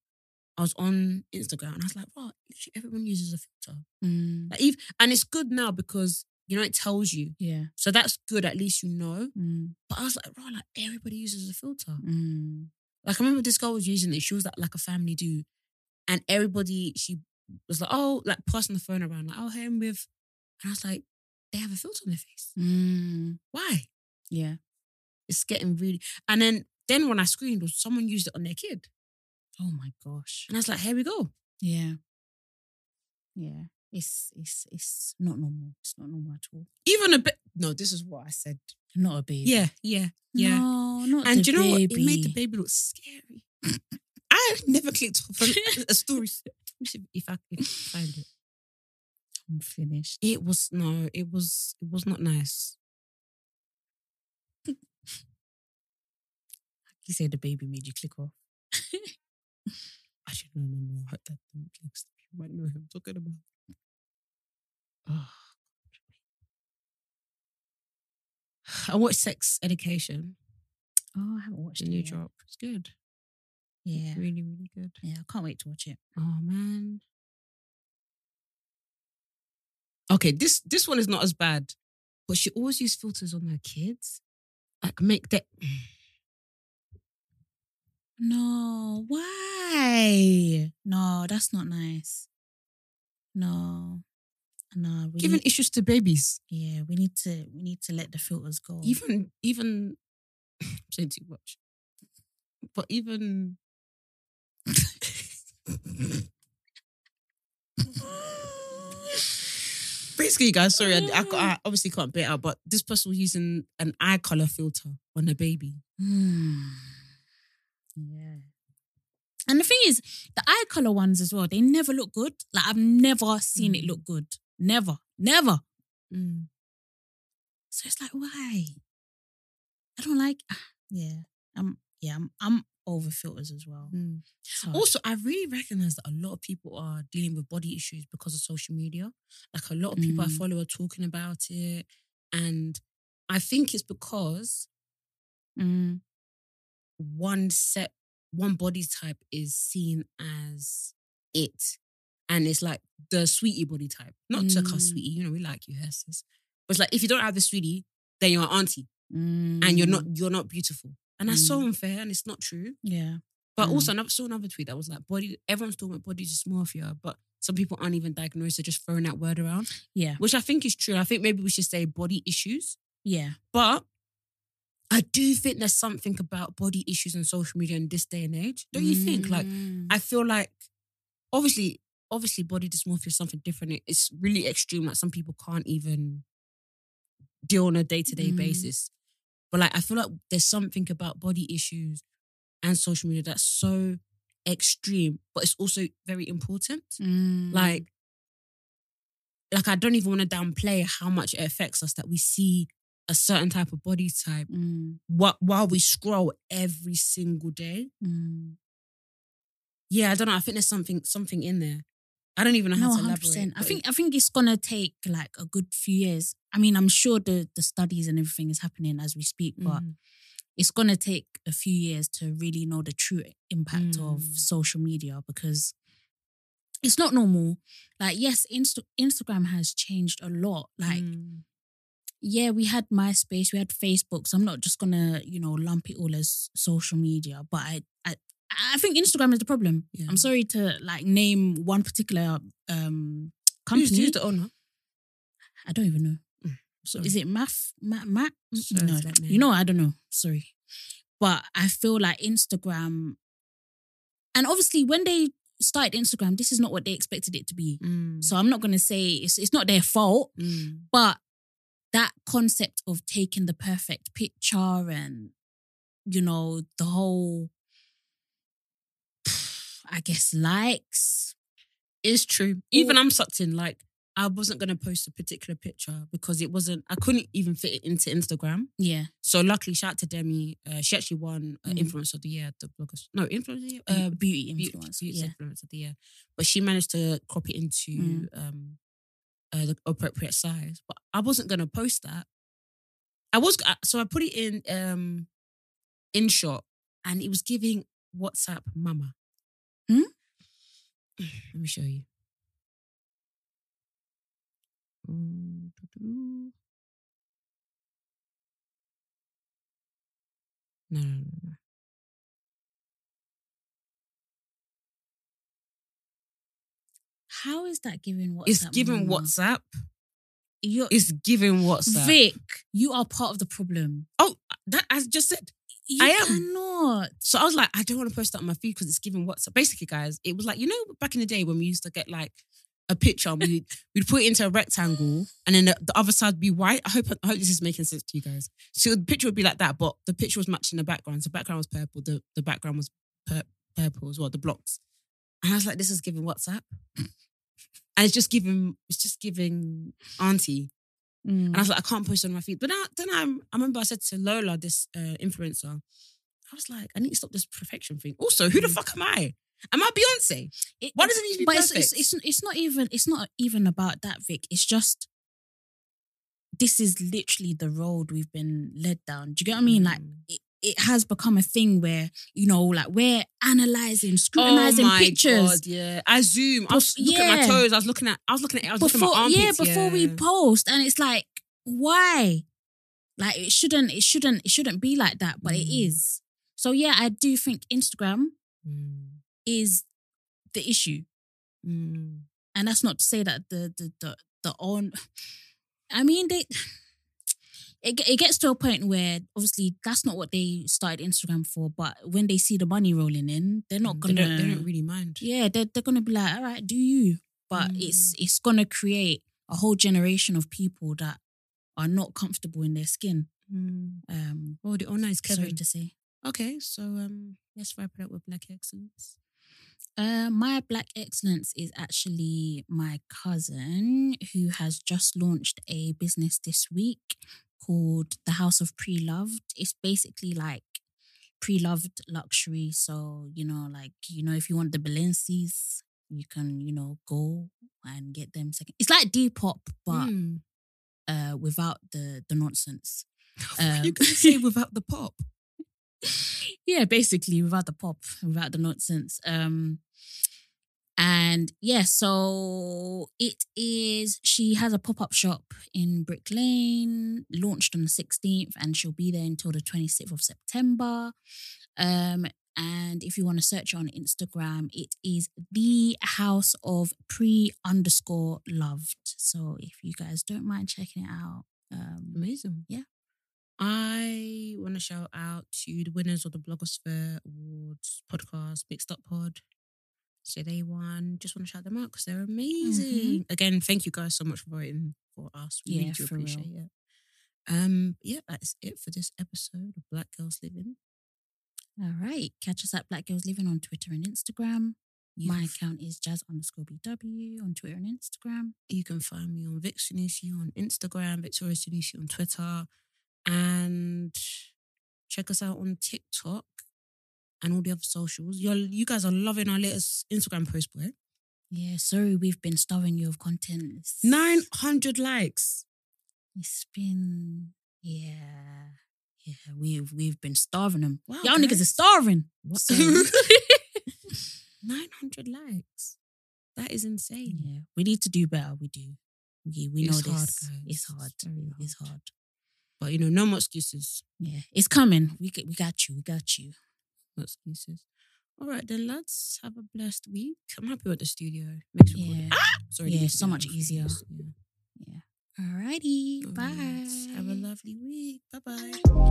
S1: I was on Instagram and I was like, wow, literally everyone uses a filter.
S2: Mm,
S1: Like even, and it's good now because you know it tells you.
S2: yeah.
S1: So that's good. At least you know.
S2: Mm,
S1: But I was like, right, like everybody uses a filter.
S2: mm,
S1: Like I remember this girl was using it. She was like, like a family do, and everybody she was like, oh, like passing the phone around, like, oh, hey, I'm with, and I was like, they have a filter on their face.
S2: mm,
S1: Why?
S2: yeah.
S1: It's getting really. And then then when I screened, was someone used it on their kid,
S2: Oh my gosh.
S1: and I was like, here we go.
S2: Yeah. Yeah. It's it's it's not normal. It's not normal at all.
S1: Even a bit. No, this is what I said.
S2: Not a baby.
S1: Yeah, yeah, yeah.
S2: No, not
S1: and
S2: the
S1: do you know
S2: baby.
S1: what? It made the baby look scary. I never clicked off a, a story. Let me see if I can find it.
S2: I'm finished.
S1: It was no, it was it was not nice.
S2: You said the baby made you click off.
S1: Actually, no, no, no. I hope that didn't click. so You might know who I'm talking about. Oh. I watched Sex Education,
S2: Oh, I haven't watched
S1: the
S2: it.
S1: new
S2: yet.
S1: drop. It's good.
S2: Yeah.
S1: Really, really good.
S2: Yeah, I can't wait to watch it.
S1: Oh man. Okay, this this one is not as bad, but she always used filters on her kids. Like make that
S2: No, why? No, that's not nice. No. No, we
S1: giving
S2: need,
S1: issues to babies.
S2: yeah, we need to we need to let the filters go.
S1: Even even I'm saying too much. But even basically, guys, sorry, I, I, ca- I obviously can't bear it out, but this person was using an eye color filter on a baby.
S2: Hmm. Yeah. And the thing is, the eye color ones as well, they never look good. Like I've never seen it
S1: Mm.
S2: look good. Never. Never. So it's like, why? I don't like
S1: ah,
S2: yeah. I'm yeah, I'm I'm over filters as well.
S1: Mm.
S2: So-
S1: Also, I really recognize that a lot of people are dealing with body issues because of social media. Like a lot of people I
S2: Mm.
S1: follow are talking about it, And I think it's because
S2: Mm.
S1: one set, one body type is seen as it. And it's like the sweetie body type. Not to cuss
S2: Mm.
S1: sweetie, you know, we like you, sis. But it's like if you don't have the sweetie, then you're an auntie
S2: Mm.
S1: and you're not you're not beautiful. And that's so
S2: Mm.
S1: unfair and it's not true.
S2: Yeah.
S1: But
S2: Mm.
S1: also, I saw another tweet that was like, body, everyone's talking about body dysmorphia, but some people aren't even diagnosed. They're just throwing that word around,
S2: Yeah.
S1: which I think is true. I think maybe we should say body issues.
S2: Yeah.
S1: But I do think there's something about body issues and social media in this day and age. Don't you think? Like,
S2: Mm.
S1: I feel like, obviously, obviously, body dysmorphia is something different. It- It's really extreme. Like, some people can't even deal on a day to day
S2: Mm.
S1: basis. But like, I feel like there's something about body issues and social media that's so extreme, but it's also very important.
S2: Mm.
S1: Like, like I don't even want to downplay how much it affects us that we see a certain type of body type
S2: Mm.
S1: while, while we scroll every single day.
S2: Mm.
S1: Yeah, I don't know. I think there's something something in there. I don't even know how
S2: No,
S1: to
S2: hundred
S1: elaborate.
S2: percent. I
S1: but
S2: think I think it's gonna take like a good few years. I mean, I'm sure the the studies and everything is happening as we speak, but
S1: Mhm.
S2: it's gonna take a few years to really know the true impact of
S1: Mm.
S2: social media because it's not normal. Like, yes, Insta- Instagram has changed a lot. Like,
S1: Mm.
S2: yeah, we had MySpace, we had Facebook. So I'm not just gonna, you know, lump it all as social media. But I, I, I think Instagram is the problem.
S1: Yeah.
S2: I'm sorry to like name one particular um company.
S1: who's, who's the owner?
S2: I don't even know. So
S1: sorry.
S2: is it math? Matt? Matt?
S1: Sorry,
S2: no,
S1: it's like
S2: you know, I don't know. Sorry, but I feel like Instagram, and obviously when they started Instagram, this is not what they expected it to be.
S1: Mm.
S2: So I'm not gonna say it's it's not their fault
S1: Mm.
S2: but that concept of taking the perfect picture and you know the whole i guess likes
S1: It's true. Even I'm sucked in. Like I wasn't gonna post a particular picture because it wasn't. I couldn't even fit it into Instagram.
S2: yeah
S1: So luckily, shout out to Demi. Uh, she actually won uh,
S2: Mm.
S1: Influence of the Year, at the bloggers. No, Influence of the Year.
S2: uh,
S1: Uh,
S2: beauty
S1: Beauty-
S2: influence
S1: Beauty
S2: yeah
S1: Influence of the Year. But she managed to crop it
S2: Mm.
S1: into um, uh, the appropriate size. But I wasn't going to post that. I was I- so I put it in um, in shot, and it was giving WhatsApp mama.
S2: Hmm?
S1: Let me show you. Mm, doo-doo. No, no, no, no.
S2: how is that giving whatsapp
S1: It's giving
S2: mama?
S1: WhatsApp.
S2: you're
S1: It's giving WhatsApp.
S2: vic you are part of the problem
S1: Oh, that I just said.
S2: you
S1: I am.
S2: cannot
S1: So I was like, I don't want to post that on my feed because it's giving WhatsApp. Basically, guys, it was like you know back in the day when we used to get like a picture and we we'd put it into a rectangle and then the, the other side would be white. I hope I hope this is making sense to you guys. So the picture would be like that, but the picture was matching the background. So the background was purple. The the background was pur- purple as well. The blocks. And I was like, this is giving WhatsApp. And it's just giving, it's just giving auntie. And I was like, I can't post it on my feed. But now, then I, I remember I said to Lola, this uh, influencer, I was like, I need to stop this perfection thing. Also, who the
S2: Mm.
S1: fuck am I? Am I Beyonce?
S2: It-
S1: Why does it need to be
S2: but it's, it's,
S1: perfect?
S2: it's, it's not even it's not even about that, Vic. It's just this is literally the road we've been led down. Do you get what I mean?
S1: Mm.
S2: Like it, it has become a thing where you know, like we're analyzing, scrutinizing pictures
S1: Oh God, yeah. I zoom. I was
S2: Bef-
S1: looking at my
S2: yeah.
S1: toes. I was looking at. I was looking at. I was
S2: before,
S1: looking at my
S2: yeah,
S1: armpits.
S2: before we post, and it's like, why? Like it shouldn't, it shouldn't, it shouldn't be like that, but
S1: Mm.
S2: it is. So yeah, I do think Instagram
S1: Mm.
S2: is the issue.
S1: Mm.
S2: and that's not to say that the the the, the on i mean they it, ge- it gets to a point where obviously that's not what they started instagram for but when they see the money rolling in they're not
S1: They
S2: gonna
S1: don't, they don't really mind.
S2: yeah they're, they're gonna be like all right do you but it's it's gonna create a whole generation of people that are not comfortable in their skin
S1: Mm.
S2: um
S1: Well, the owner is
S2: sorry
S1: Kevin.
S2: to say
S1: Okay, so um, let's wrap it up with Black Excellence.
S2: Uh, my Black Excellence is actually my cousin who has just launched a business this week called The House of Pre Loved. It's basically like pre loved luxury. So, you know, like, you know, if you want the Balenci's, you can, you know, go and get them second. It's like Depop, but
S1: Mm.
S2: uh, without the the nonsense.
S1: you
S2: Um,
S1: can say without the pop.
S2: yeah, basically without the pop, without the nonsense. Um and yeah, so it is she has a pop-up shop in Brick Lane, launched on the 16th, and she'll be there until the 26th of September. Um and if you want to search her on Instagram, it is the house of pre underscore loved. So if you guys don't mind checking it out, um,
S1: Amazing.
S2: Yeah.
S1: I want to shout out to the winners of the Blogosphere Awards podcast, Mixed Up Pod. So they won. Just want to shout them out because they're
S2: Mm-hmm.
S1: amazing. Again, thank you guys so much for voting for us. We
S2: Yeah,
S1: really do
S2: for real.
S1: appreciate it. Um, yeah, that's it for this episode of Black Girls Living.
S2: all right, catch us at Black Girls Living on Twitter and Instagram.
S1: You
S2: My
S1: can f-
S2: account is jazz underscore BW on Twitter and Instagram.
S1: You can find me on Vix Tunisi on Instagram, Victoria Tunisi on Twitter, and check us out on TikTok and all the other socials. You're, you guys are loving our latest Instagram post, boy.
S2: Yeah, sorry we've been starving you of content. It's-
S1: 900 likes.
S2: It's been yeah. Yeah, we've we've been starving them.
S1: Wow,
S2: Y'all niggas are
S1: guys.
S2: starving.
S1: What?
S2: So-
S1: 900 likes. That is insane.
S2: yeah, we need to do better. We do. We we know
S1: It's
S2: this.
S1: hard, guys.
S2: It's
S1: It's
S2: hard.
S1: very
S2: It's
S1: hard.
S2: hard.
S1: But you know, no more excuses.
S2: Yeah, it's coming. We g- we got you. We got you.
S1: No excuses. All right, then lads, have a blessed week. I'm happy with the studio. Makes recording-
S2: Yeah.
S1: Sorry,
S2: Yeah,
S1: the
S2: so much
S1: studio.
S2: easier.
S1: Yeah.
S2: Yeah. Alrighty.
S1: All
S2: Bye.
S1: right, Have a lovely week. Bye bye.